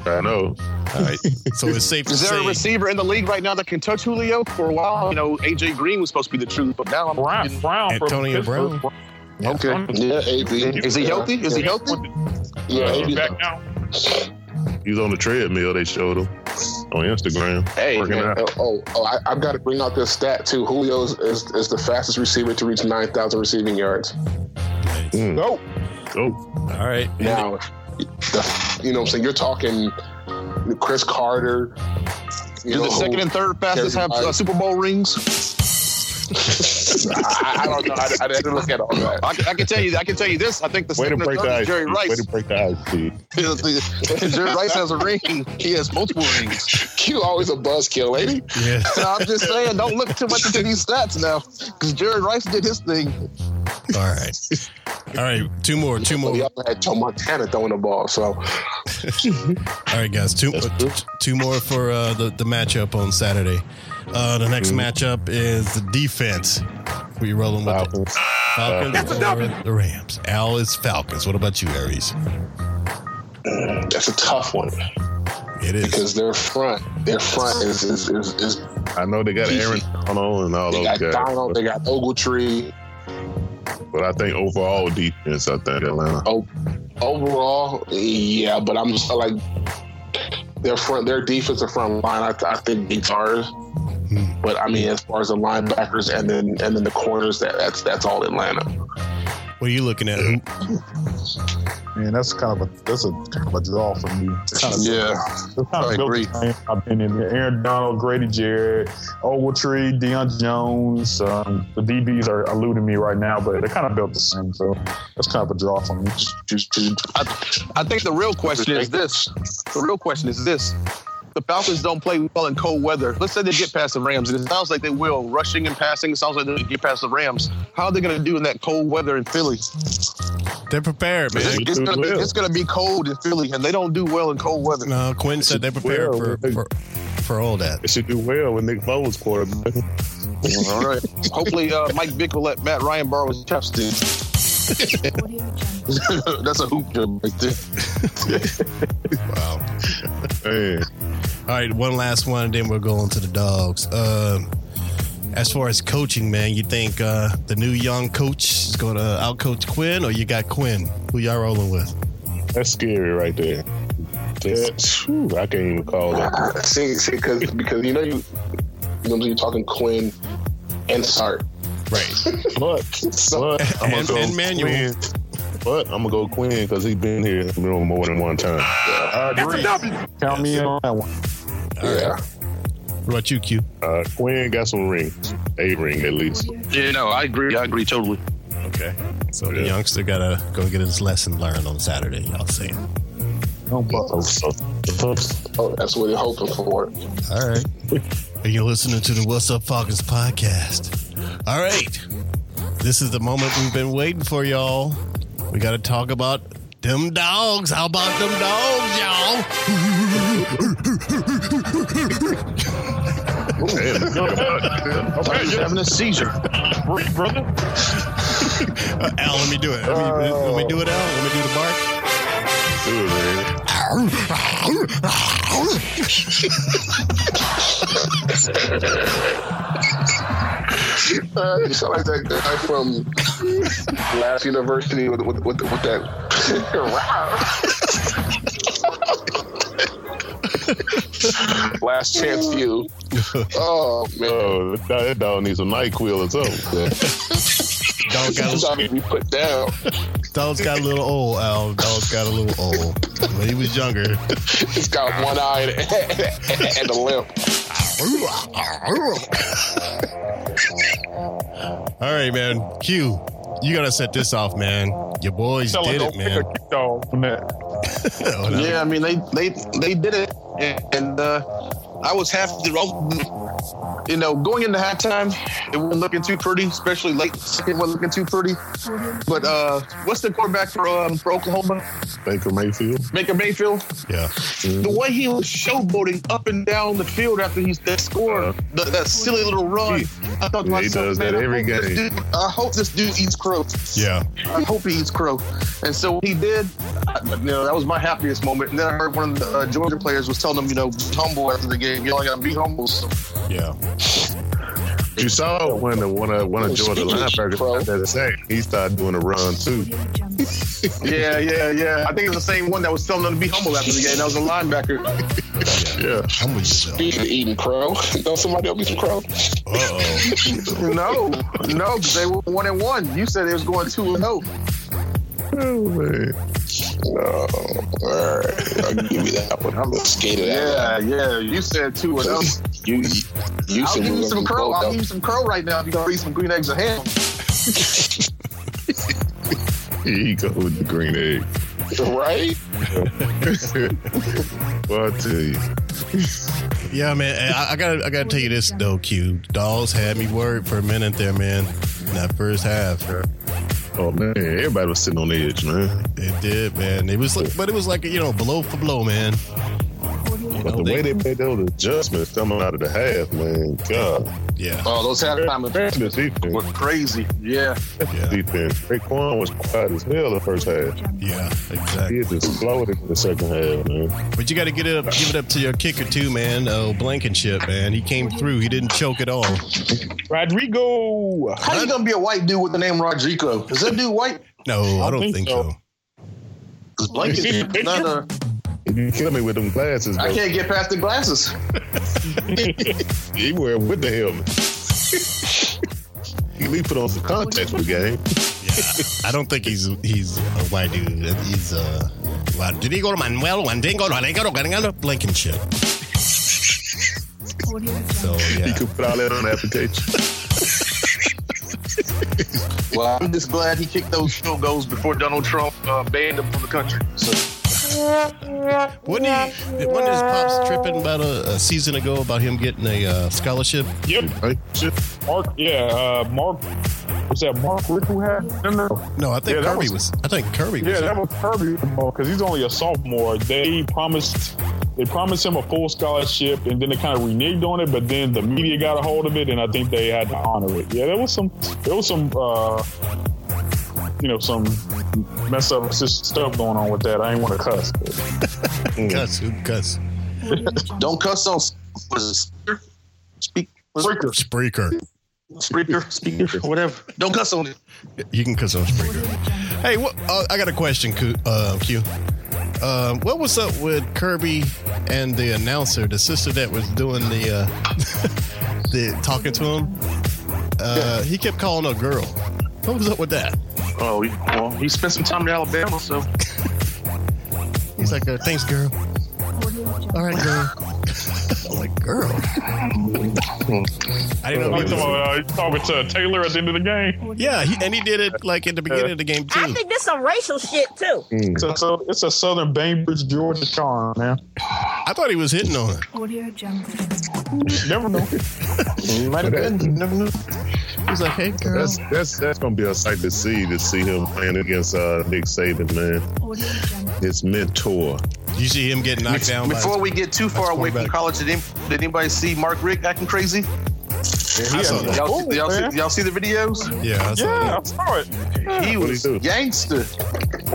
S1: I know.
S2: All right. So it's safe to
S3: Is there a
S2: say
S3: receiver in the league right now that can touch Julio? For a while, you know, AJ Green was supposed to be the truth, but now I'm
S5: Brown, Brown from
S2: Antonio
S5: Pittsburgh.
S3: okay.
S7: Yeah, AB.
S3: Is he healthy? Is he healthy?
S1: Uh,
S7: Yeah,
S5: He's
S7: AB.
S5: back now.
S1: He's on the treadmill. They showed him on Instagram.
S3: Hey,
S1: working
S7: Man,
S1: out.
S7: oh, oh, oh, I, I've got to bring out this stat too. Julio is, is, is the fastest receiver to reach 9,000 receiving yards.
S1: Mm.
S7: Nope.
S1: Oh,
S2: all right.
S7: Now, the, you know what I'm saying? You're talking Chris Carter. You
S3: Do
S7: know,
S3: the second and third fastest have uh, Super Bowl rings?
S7: I, I don't know. I, I didn't look at all that.
S3: I can, I can tell you. I can tell you this. I think the
S1: way to
S3: second and
S1: break
S3: third
S1: the
S3: is
S1: ice.
S3: Jerry
S1: Steve. Way
S3: Rice.
S1: to break the ice, Steve.
S3: Jerry Rice has a ring. He has multiple rings.
S7: Q always a buzzkill, lady.
S2: Yeah.
S3: So I'm just saying, don't look too much into these stats now, because Jerry Rice did his thing.
S2: All right. All right. Two more. Two
S7: But
S2: more.
S7: he
S2: All
S7: also had Joe Montana throwing the ball. So,
S2: right, guys. Two uh, two more for uh, the the matchup on Saturday. Uh, the
S3: Mm-hmm.
S2: next matchup is the defense. We rolling with the
S1: Falcons.
S2: Falcons or the Rams. Al is Falcons. What about you, Aries?
S7: that's a tough one
S2: It is.
S7: because their front, their front is is, is, is
S1: I know they got Aaron Donald
S3: Oh,
S1: and all
S7: they
S1: those
S7: got
S1: guys.
S7: Donald, they got Ogletree.
S1: But I think overall defense, I think Atlanta.
S7: Oh, overall, yeah, but I'm just like their front, their defensive front line. I, I think beats ours. But I mean, as far as the linebackers and then and then the corners, that that's that's all Atlanta.
S2: What are you looking at? Who-
S11: Man, that's kind of a that's a kind of a draw for me. It's kind of
S7: Yeah,
S5: I agree. opinion. Aaron Donald, Grady Jarrett, Ogletree, Deion Jones. Um, the DBs are eluding me right now, but they're kind of built the same. So that's kind of a draw for me.
S7: Just- just-
S3: I, I think the real question is this. The real question is this. The Falcons don't play well in cold weather. Let's say they get past the Rams, and it sounds like they will. Rushing and passing, it sounds like they get past the Rams. How are they going to do in that cold weather in Philly?
S2: They're prepared, man.
S3: It's going to be it's going to be cold in Philly, and they don't do well in cold weather.
S2: No, Quinn said they're prepared for,
S1: Well,
S2: for for all that.
S1: They should do well with Nick Foles quarterback.
S3: All right. Hopefully, uh, Mike Vick will let Matt Ryan borrow his chapstick. That's a hoop job right there.
S2: Wow.
S1: Man,
S2: All right, one last one, then we'll go on to the dogs. Um, as far as coaching, man, you think uh, the new young coach is going to outcoach Quinn, or you got Quinn? Who y'all rolling with?
S1: that's scary right there. That, whew, I can't even call that.
S7: see, see, because because you know you, you know you're talking Quinn and Sart.
S2: Right.
S1: But, but I'm gonna
S2: And-
S1: go
S2: and Manuel.
S1: Quinn. But I'm gonna go Quinn because he's been here you know, more than one time.
S5: I agree. Count me in on that one.
S7: Yeah,
S2: What about you, Q?
S1: Uh, Quinn got some rings, a ring at least.
S3: Yeah, no, I agree. I agree totally.
S2: Okay. So the
S1: Yeah.
S2: youngster got to go get his lesson learned on Saturday, y'all saying.
S5: Don't buck.
S1: So, Oh, so,
S7: oh, that's what they're hoping for.
S2: All right. And you're listening to the What's Up Falcons podcast. All right. This is the moment we've been waiting for, y'all. We got to talk about them dogs. How about them dogs, y'all?
S3: He's having a seizure.
S5: Breathe, brother.
S2: Uh, Al, let me do it. Let me, let me do it, Al. Let me do the bark.
S1: dude, man.
S7: Uh, you sound like that guy from last university with with, with, with that. last chance view. Oh man.
S1: Oh, that, that dog needs some Nyquil or something.
S2: Dog
S7: He's
S2: got,
S7: trying to be put down.
S2: dogs got a little old, Al. Dogs got a little old. When he was younger.
S7: He's got one eye and, and a limp.
S2: All right, man. Q, you got to set this off, man. Your boys
S5: Tell him
S2: did it,
S5: don't pick
S2: man.
S5: a cute dog from that.
S2: Oh, no.
S3: Yeah, I mean they they they did it, and uh, I was half the you know, going into halftime, it wasn't looking too pretty, especially late second wasn't looking too pretty. But uh, what's the quarterback for um, for Oklahoma?
S1: Baker Mayfield.
S3: Baker Mayfield.
S2: Yeah.
S3: The way he was showboating up and down the field after he's that score, that, that silly little run. I thought to
S1: Yeah, Uh, he
S3: myself,
S1: does that
S3: man, I
S1: every
S3: hope this
S1: game.
S3: dude- I hope this dude eats crow.
S2: Yeah.
S3: I hope he eats crow. And so when he did, I- you know, that was my happiest moment. And then I heard one of the uh, Georgia players was telling him, you know, be humble after the game. You know, I got to be humble. So
S2: Yeah.
S1: You saw when the one of one Oh, of Georgia linebackers had that sack. He started doing a run too.
S3: yeah, yeah, yeah. I think it was the same one that was telling them to be humble after the game. That was a linebacker.
S1: Yeah.
S2: Humble yourself.
S7: Speaking of eating crow, don't somebody help me some crow?
S2: Uh oh.
S3: no, no, 'cause they were one and one. You said it was going two and zero.
S1: Oh, man.
S7: No. All right. I'll give you that one. I'm skated
S3: Yeah,
S7: out.
S3: yeah. You said two and zero.
S7: You, you, you
S3: I'll
S7: said
S3: give
S7: we
S3: you
S7: was
S3: some
S7: gonna
S3: crow.
S7: vote,
S3: I'll
S7: though.
S3: give you some crow right now if you gonna eat some green eggs and ham.
S1: He goes with the green egg.
S7: Right?
S1: well, I tell you.
S2: Yeah, man. and I, I gotta, I gotta tell you this though, Q. Dolls had me worried for a minute there, man. In that first half,
S1: Oh man, everybody was sitting on edge, man.
S2: it did, man. It was, like, but it was like you know, blow for blow, man.
S1: But the way they made those adjustments coming out of the half, man, God.
S2: Yeah,
S3: Oh, those halftime events
S1: The defense,
S3: were crazy. Yeah.
S2: yeah,
S1: defense. Raquan was quiet as hell the first half.
S2: yeah, exactly.
S1: He just exploded in the second half, man.
S2: But you got to get it up, give it up to your kicker too, man. Oh, Blankenship, man. He came through. He didn't choke at all.
S5: Rodrigo.
S3: How you gonna be a white dude with the name Rodrigo? Is that dude white?
S2: No, I don't think so.
S3: Because blanket. no, no.
S1: You kill me with them glasses,
S3: I
S1: bro.
S3: can't get past the glasses.
S1: He wear with the helmet. he at least put on some contacts for the game.
S2: I don't think he's he's a white dude. He's uh, Rodrigo Manuel Wandingo Rodrigo Rodrigo Blankenship. So
S1: He
S2: yeah,
S1: could put all that on the application.
S3: Well, I'm just glad he kicked those field goals before Donald Trump uh, banned him from the country. So
S2: wasn't he? Wasn't his pops tripping about a, a season ago about him getting a uh, scholarship?
S1: Right? Shit.
S5: Mark, yeah, uh, Mark. Was that Mark Rick who had? No, no.
S2: No, I think
S5: Yeah, that
S2: Kirby was,
S5: was-
S2: I think Kirby
S5: Yeah,
S2: was.
S5: that was Kirby because he's only a sophomore. They promised they promised him a full scholarship, and then they kind of reneged on it. But then the media got a hold of it, and I think they had to honor it. Yeah, there was some there was some uh, you know some mess up s- stuff going on with that. I ain't want to cuss. but-
S2: Cuss, who cuss?
S3: don't cuss on was it speak speaker,
S2: Spreaker.
S3: speaker, speaker, whatever. Don't cuss on it.
S2: You can cuss on Spreaker. Hey, what, uh, I got a question, Q. Uh, Q. Um, what was up with Kirby and the announcer, the sister that was doing the uh, the talking to him? Uh, he kept calling her girl. What was up with that?
S3: Oh, he- well, he spent some time in Alabama, so
S2: He's like, uh, "Thanks, girl." All right, girl. I'm like, girl. I didn't know.
S5: Oh,
S2: He
S5: you talking
S2: was,
S5: about, uh, you talking to Taylor at the end of the game?
S2: yeah, he, and he did it like at the beginning of the game
S12: I
S2: too.
S12: think this some racial shit too.
S5: It's a, so- it's a Southern Bainbridge, Georgia charm, man.
S2: I thought he was hitting on her.
S12: Audio jungle.
S5: Never know.
S3: might have been. You never knew.
S2: He's like, "Hey, girl."
S1: That's that's that's gonna be a sight to see to see him playing against uh, Nick Saban, man,
S12: Audio jungle.
S1: his mentor.
S2: you see him get knocked down. by-
S3: Before we get too far away from
S2: quarterback.
S3: college, did, any, did anybody see Mark Rick acting crazy?
S2: I saw that.
S3: Y'all, see, y'all,
S5: man.
S3: see, y'all see the videos?
S2: Yeah, I saw that.
S5: Yeah, I saw it.
S3: He
S1: What'd
S3: was
S1: he do?
S3: gangster.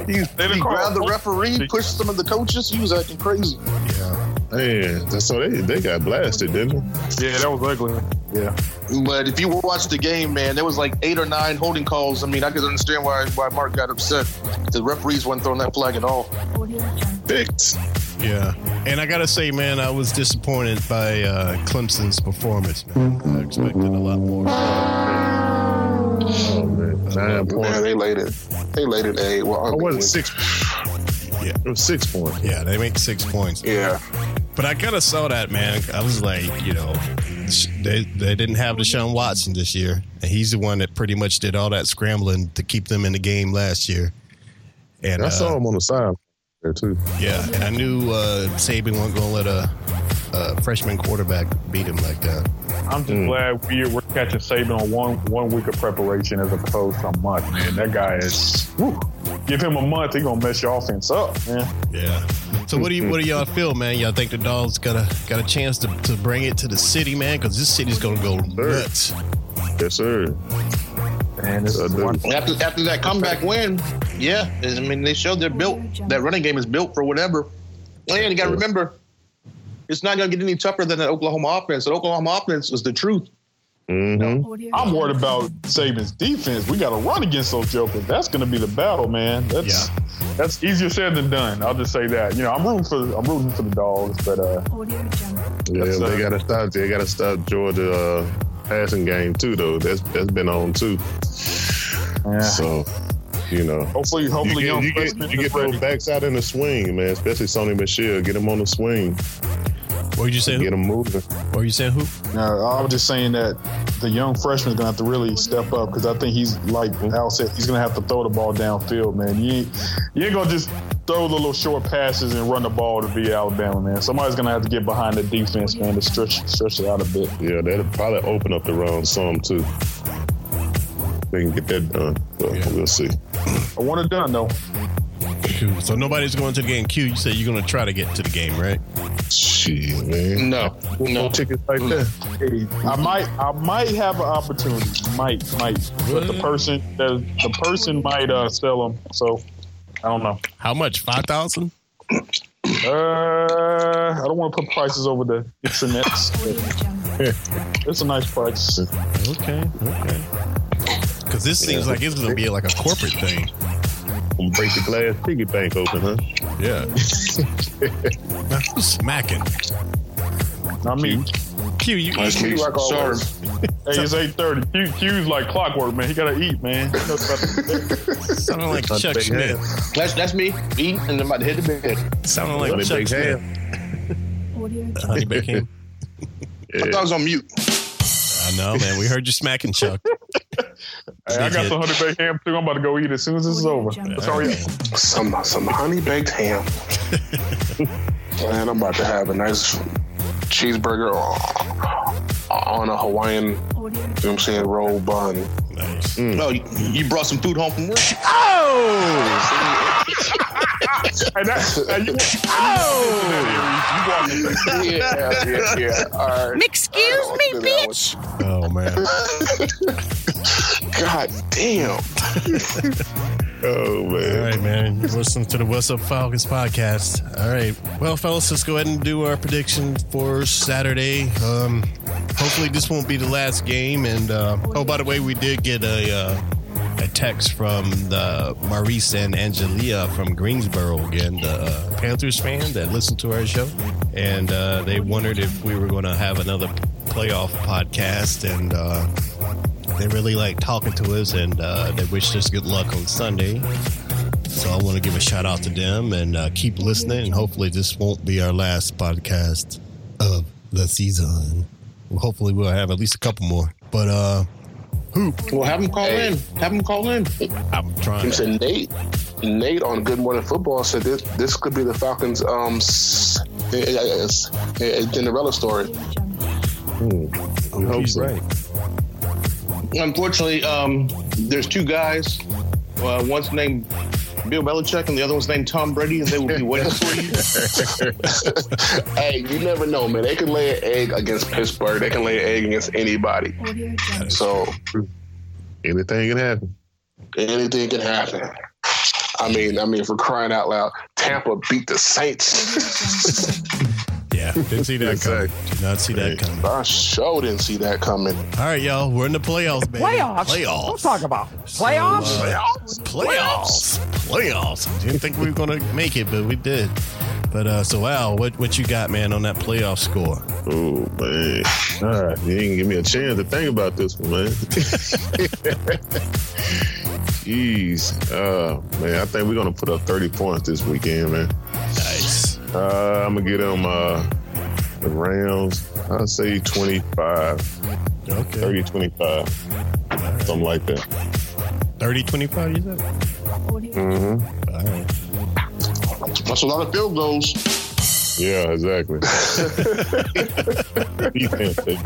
S3: He,
S5: They done
S3: he grabbed the
S5: called-
S3: referee, pushed some of the coaches. He was acting crazy.
S2: Yeah.
S1: Man, that's so they they got blasted, didn't
S5: Yeah, that was ugly. Yeah.
S3: But if you watch the game, man, there was like eight or nine holding calls. I mean, I could understand why why Mark got upset. The referees weren't throwing that flag at all.
S1: they? Fix.
S2: Yeah. And I got to say, man, I was disappointed by uh, Clemson's performance. Man. I expected a lot more.
S1: Oh man, nine
S7: Man,
S1: points.
S7: they laid it. They laid it a well.
S1: Oh, was it
S7: arguably.
S1: six? Yeah, it was six points.
S2: Yeah, they make six points.
S7: Yeah.
S2: But I kind of saw that, man. I was like, you know, sh- they, they didn't have Deshaun Watson this year. And he's the one that pretty much did all that scrambling to keep them in the game last year. And
S1: I
S2: uh,
S1: saw him on the side there too.
S2: Yeah, and I knew uh, Saban wasn't going to let a uh, freshman quarterback beat him like that.
S5: I'm
S1: Hmm.
S5: just glad we we're catching Saban on one one week of preparation as opposed to a month, man. That guy is. Whew, give him a month, he gonna mess your offense up, man.
S2: Yeah. So what do you what do y'all feel, man? Y'all think the dogs got a got a chance to, to bring it to the city, man? Because this city's gonna go nuts.
S1: Yes, sir.
S5: Man, this
S1: is one.
S3: After, after that comeback win, yeah, I mean they showed they're built. That running game is built for whatever. And you got to remember, it's not going to get any tougher than that Oklahoma offense. That Oklahoma offense is the truth.
S5: I'm worried about Saban's defense. We got to run against those jokers. That's going to be the battle, man. That's that's easier said than done. I'll just say that. You know, I'm rooting for I'm rooting for the dogs, but uh,
S1: Yeah, they gotta stop. They gotta stop Georgia uh, passing game too, though. That's that's been on too. So, you know,
S5: hopefully, hopefully,
S1: you
S5: young
S1: get, you get,
S5: freshmen
S1: you get those backs out in the swing, man. Especially Sony Michelle, get him on the swing.
S2: What did you say?
S1: Get him moving.
S2: What you saying? Who?
S5: No, I was just saying that the young freshman is going to have to really step up because I think he's like Al said, he's going to have to throw the ball downfield, man. You ain't, you ain't going to just throw the little short passes and run the ball to be Alabama, man. Somebody's going to have to get behind the defense, man, to stretch stretch it out a bit.
S1: Yeah, that'll probably open up the round some too. They can get that done, but we'll see.
S5: I want it done though.
S2: Cool. So nobody's going to the game. Q, you said you're gonna try to get to the game, right?
S1: Shit, man.
S3: No, no
S1: tickets like that.
S5: I might, I might have an opportunity, might, might, but the person, the, the person might uh, sell them. So I don't know.
S2: How much? Five thousand?
S5: Uh, I don't want to put prices over the internet. but it's a nice price.
S2: Okay, okay. Because this seems like it's gonna be like a corporate thing.
S1: Gonna break the glass piggy bank open, huh?
S2: Yeah. now, who's smacking?
S5: Not me.
S2: Q, you
S5: Nice meet you. Like always. Hey, it's eight thirty. Q, Q's like clockwork, man. He gotta eat, man.
S2: Sounding like Chuck Smith.
S3: That's that's me eating and I'm about to hit the bed.
S2: Sounding like
S1: Honey
S2: Chuck
S1: baked
S2: Smith. The honey baked ham.
S3: I thought I was on mute.
S2: I know, man. We heard you smacking Chuck.
S5: Hey, I got some honey baked ham too. I'm about to go eat as soon as this is over. Sorry.
S7: Some some honey baked ham. Man, I'm about to have a nice cheeseburger on a Hawaiian, you know what I'm saying, roll bun.
S2: Nice.
S5: Mm.
S7: Hmm.
S3: No, you, you brought some food home from work.
S5: Oh! and that, and you, oh! You, walk in.
S7: Yeah, yeah, yeah. All right.
S12: Excuse me, bitch.
S2: Oh man.
S7: God damn.
S1: Oh
S2: All
S1: man.
S2: right, man. You're listening to the What's Up Falcons podcast. All right. Well, fellas, let's go ahead and do our prediction for Saturday. Um, hopefully, this won't be the last game. And uh, oh, by the way, we did get a uh, a text from the Maurice and Angelia from Greensboro again, the uh, Panthers fan that listened to our show, and uh, they wondered if we were going to have another playoff podcast and. Uh, they really like talking to us and uh, they wished us good luck on Sunday. So I want to give a shout out to them and uh, keep listening. And hopefully, this won't be our last podcast of the season. Well, hopefully, we'll have at least a couple more. But uh, who?
S3: Well, have him call
S7: Hey.
S3: in. Have him call in.
S2: I'm trying.
S7: You
S2: To,
S7: said Nate. Nate on Good Morning Football said this this could be the Falcons' um s- eh, eh, eh, s- eh, eh, Cinderella story.
S1: We hope
S2: he's
S1: so.
S2: right.
S3: Unfortunately, um, there's two guys. Uh, one's named Bill Belichick, and the other one's named Tom Brady, and they will be waiting for you.
S7: Hey, you never know, man. They can lay an egg against Pittsburgh. They can lay an egg against anybody. So
S1: Anything can happen.
S7: anything can happen. I mean, I mean, for crying out loud, Tampa beat the Saints.
S2: Yeah, didn't see that coming. Did not see that coming.
S7: I sure didn't see that coming.
S2: All right, y'all, we're in the playoffs, baby.
S13: Playoffs?
S2: Playoffs.
S13: Don't talk about playoffs.
S2: So, uh, playoffs, playoffs. Didn't think we were gonna make it, but we did. But uh, so Al, what what you got, man, on that playoff score?
S1: Oh man. All right. You didn't give me a chance to think about this one, man. Jeez. Uh man, I think we're gonna put up thirty points this weekend, man.
S2: Nice.
S1: Uh, I'm gonna get them uh, the Rams. I'll say 25,
S2: Okay.
S1: 30, 25, something like that.
S2: 30 25 you said?
S1: Mm-hmm.
S2: All right.
S3: That's a lot of field goals.
S1: Yeah, exactly. Defense, baby.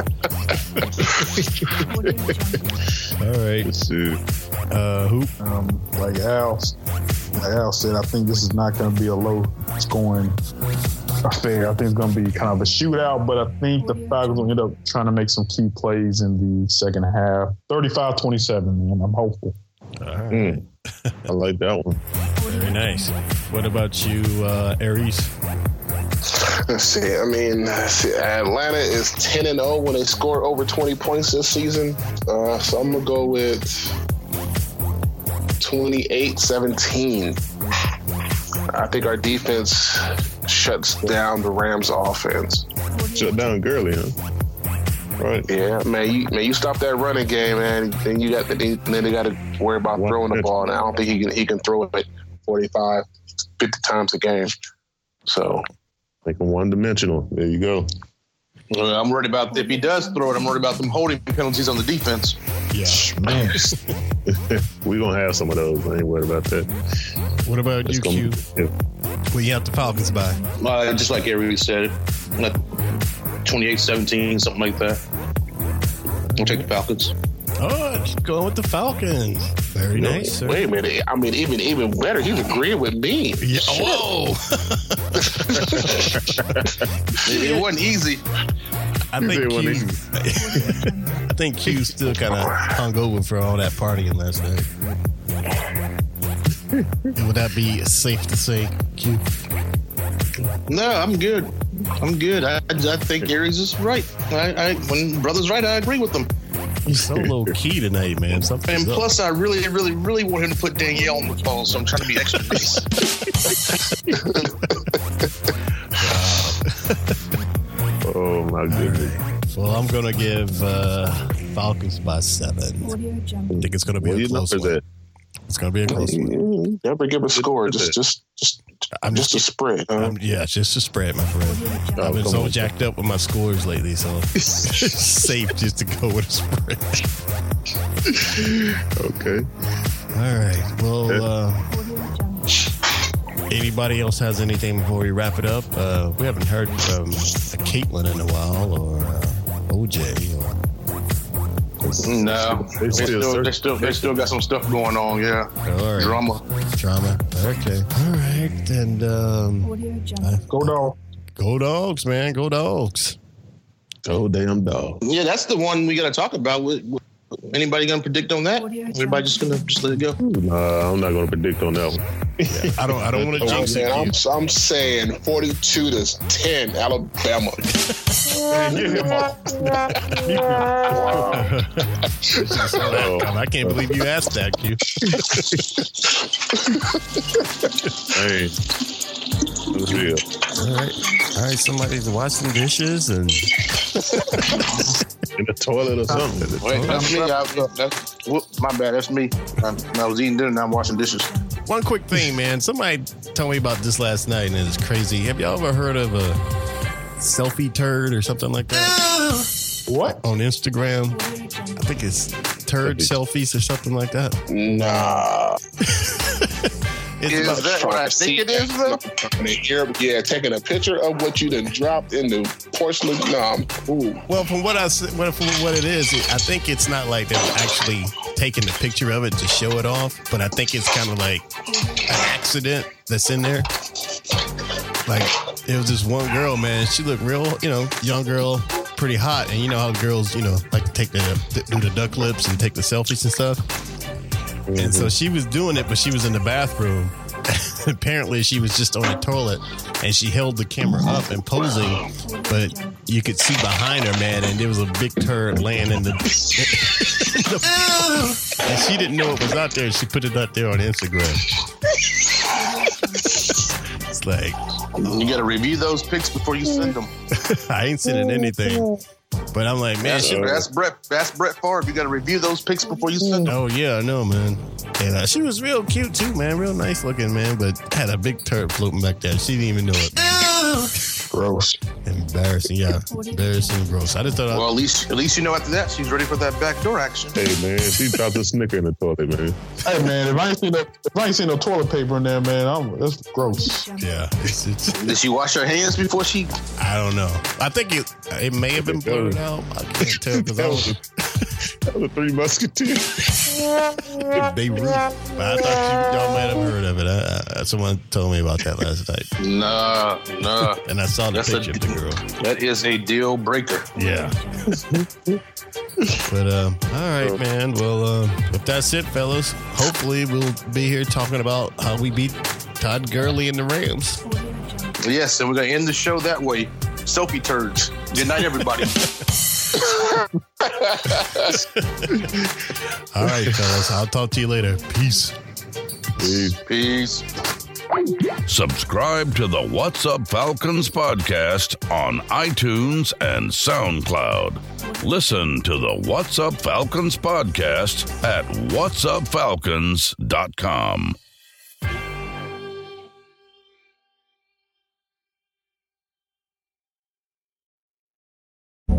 S2: All right.
S11: Uh, who? Um, like Al, like Al said, I think this is not going to be a low scoring affair. I think it's going to be kind of a shootout, but I think the Falcons will end up trying to make some key plays in the second half. 35 27, man. I'm hopeful.
S1: Mm. I like that one.
S2: Very nice. What about you, uh, Aries?
S7: Let's see, I mean, see, Atlanta is 10 and 0 when they score over 20 points this season. Uh, so I'm going to go with 28 17. I think our defense shuts down the Rams' offense.
S1: Shut down Gurley, huh? Right.
S7: Yeah, man. You man, you stop that running game, man. Then you got the, then they got to worry about throwing the ball. And I don't think he can he can throw it 45, 50 times a game. So
S1: Make him one dimensional. There you go.
S3: Well, I'm worried about if he does throw it. I'm worried about them holding penalties on the defense.
S2: Yeah.
S1: We're going to have some of those. I ain't worried about that.
S2: What about you, Q? What you have the Falcons by?
S13: Uh, just like Avery said, like 28 17, something like that. We'll take the Falcons.
S2: Oh, just going with the Falcons. Very
S7: No,
S2: nice, sir.
S7: Wait a minute. I mean, even even better. He's agreeing with me.
S2: Yeah, Oh! whoa!
S3: It, it wasn't easy.
S2: I think
S3: Everyone
S2: Q, I think Q still kind of hung over for all that partying last night. Would that be safe to say, Q?
S3: No, I'm good. I'm good. I, I think Aries is right. I, I when brother's right, I agree with him.
S2: You're so low key tonight, man. Something.
S3: And plus, I really, really, really want him to put Danielle on the phone, so I'm trying to be extra nice.
S1: Oh, my goodness.
S2: well, I'm gonna give uh, Falcons by seven. I think it's gonna be
S1: What do
S2: a
S1: you
S2: close
S1: number
S2: one.
S1: that?
S2: It's gonna be a close one.
S7: Never give a score. Just just just
S2: I'm
S7: just a spread. huh?
S2: Um, yeah, it's just a spread, my friend. I've been
S1: come
S2: so
S1: on.
S2: jacked up with my scores lately, so it's safe just to go with a spread.
S1: Okay.
S2: All right. Well, uh, anybody else has anything before we wrap it up? Uh, we haven't heard from Caitlin in a while, or uh, OJ, or
S3: no, they
S1: still
S3: still,
S1: search-
S3: they still, they still got some stuff going on. Yeah,
S2: all right,
S3: drama.
S2: drama. Okay. All right, and um,
S11: Go, dog.
S2: go dogs, man. Go dogs.
S1: Oh, damn dog.
S3: Yeah, that's the one we got to talk about. What- what- Anybody gonna predict on that? Everybody just gonna just let it go.
S1: Nah, I'm not going to predict on that one.
S2: I don't. I don't want to
S7: Oh,
S2: jinx it.
S7: man, I'm,
S2: Q.
S7: I'm saying 42 to 10 Alabama.
S5: Man, get him off.
S7: Wow.
S1: Oh,
S2: I can't believe you asked that, Q.
S1: dang. Let's be real.
S2: All right. All right. Somebody's washing dishes and
S1: In the toilet or something.
S3: Wait, Oh, that's me. I, that's, whoop, my bad. That's me. I, I was eating dinner and I'm washing dishes.
S2: one quick thing, man. Somebody told me about this last night, and it's crazy. Have y'all ever heard of a selfie turd or something like that
S11: What?
S2: on Instagram? I think it's turd selfies or something like that.
S7: Nah.
S2: It's
S3: Is
S2: about-
S3: that what I think it is, though?
S7: Yeah, taking a picture of what you done dropped in the porcelain. Nah, I'm cool.
S2: well, from what I s- well, from what it is, it, I think it's not like they're actually taking the picture of it to show it off, but I think it's kind of like an accident that's in there. Like it was this one girl, man. She looked real, you know, young girl, pretty hot, and you know how girls, you know, like to take the do the duck lips and take the selfies and stuff. And so she was doing it, but she was in the bathroom. Apparently, she was just on the toilet, and she held the camera up and posing, but you could see behind her, man, and there was a big turd laying in the. in the- and she didn't know it was out there. She put it out there on Instagram. It's like
S3: You gotta review those pics before you send them.
S2: I ain't sending anything, but I'm like, man,
S3: That's,
S2: she,
S3: that's Brett. That's Brett Favre. You gotta review those pics before you send them.
S2: Oh yeah, I know, man. And uh, she was real cute too, man. Real nice looking, man. But had a big turd floating back there. She didn't even know it.
S11: Gross.
S2: Embarrassing, yeah. Embarrassing, gross. I just thought
S3: Well, at least at least you know after that she's ready for that backdoor action.
S1: Hey man, she dropped a snicker in the toilet, man.
S11: Hey man, if I ain't seen no, if I ain't seen no toilet paper in there, man, I'm, that's gross.
S2: Yeah, it's, it's,
S3: Did she wash her hands before she?
S2: I don't know. I think it it may have been blurred out. I can't tell because I was
S1: That was three musketeers.
S2: Beirut. But I thought you, y'all might have heard of it. I, I, someone told me about that last night,
S13: Nah, nah.
S2: and I saw the
S13: That's a-
S2: picture of the girl.
S13: That is a deal breaker.
S2: Yeah. But um, all right, man. Well, um, if that's it, fellas, hopefully we'll be here talking about how we beat Todd Gurley and the Rams.
S3: Yes, and we're gonna end the show that way. Soapy turds. Good night, everybody.
S2: All right, fellas. I'll talk to you later. Peace.
S1: Peace.
S13: Peace.
S4: Subscribe to the What's Up Falcons podcast on iTunes and SoundCloud. Listen to the What's Up Falcons podcast at whatsupfalcons.com.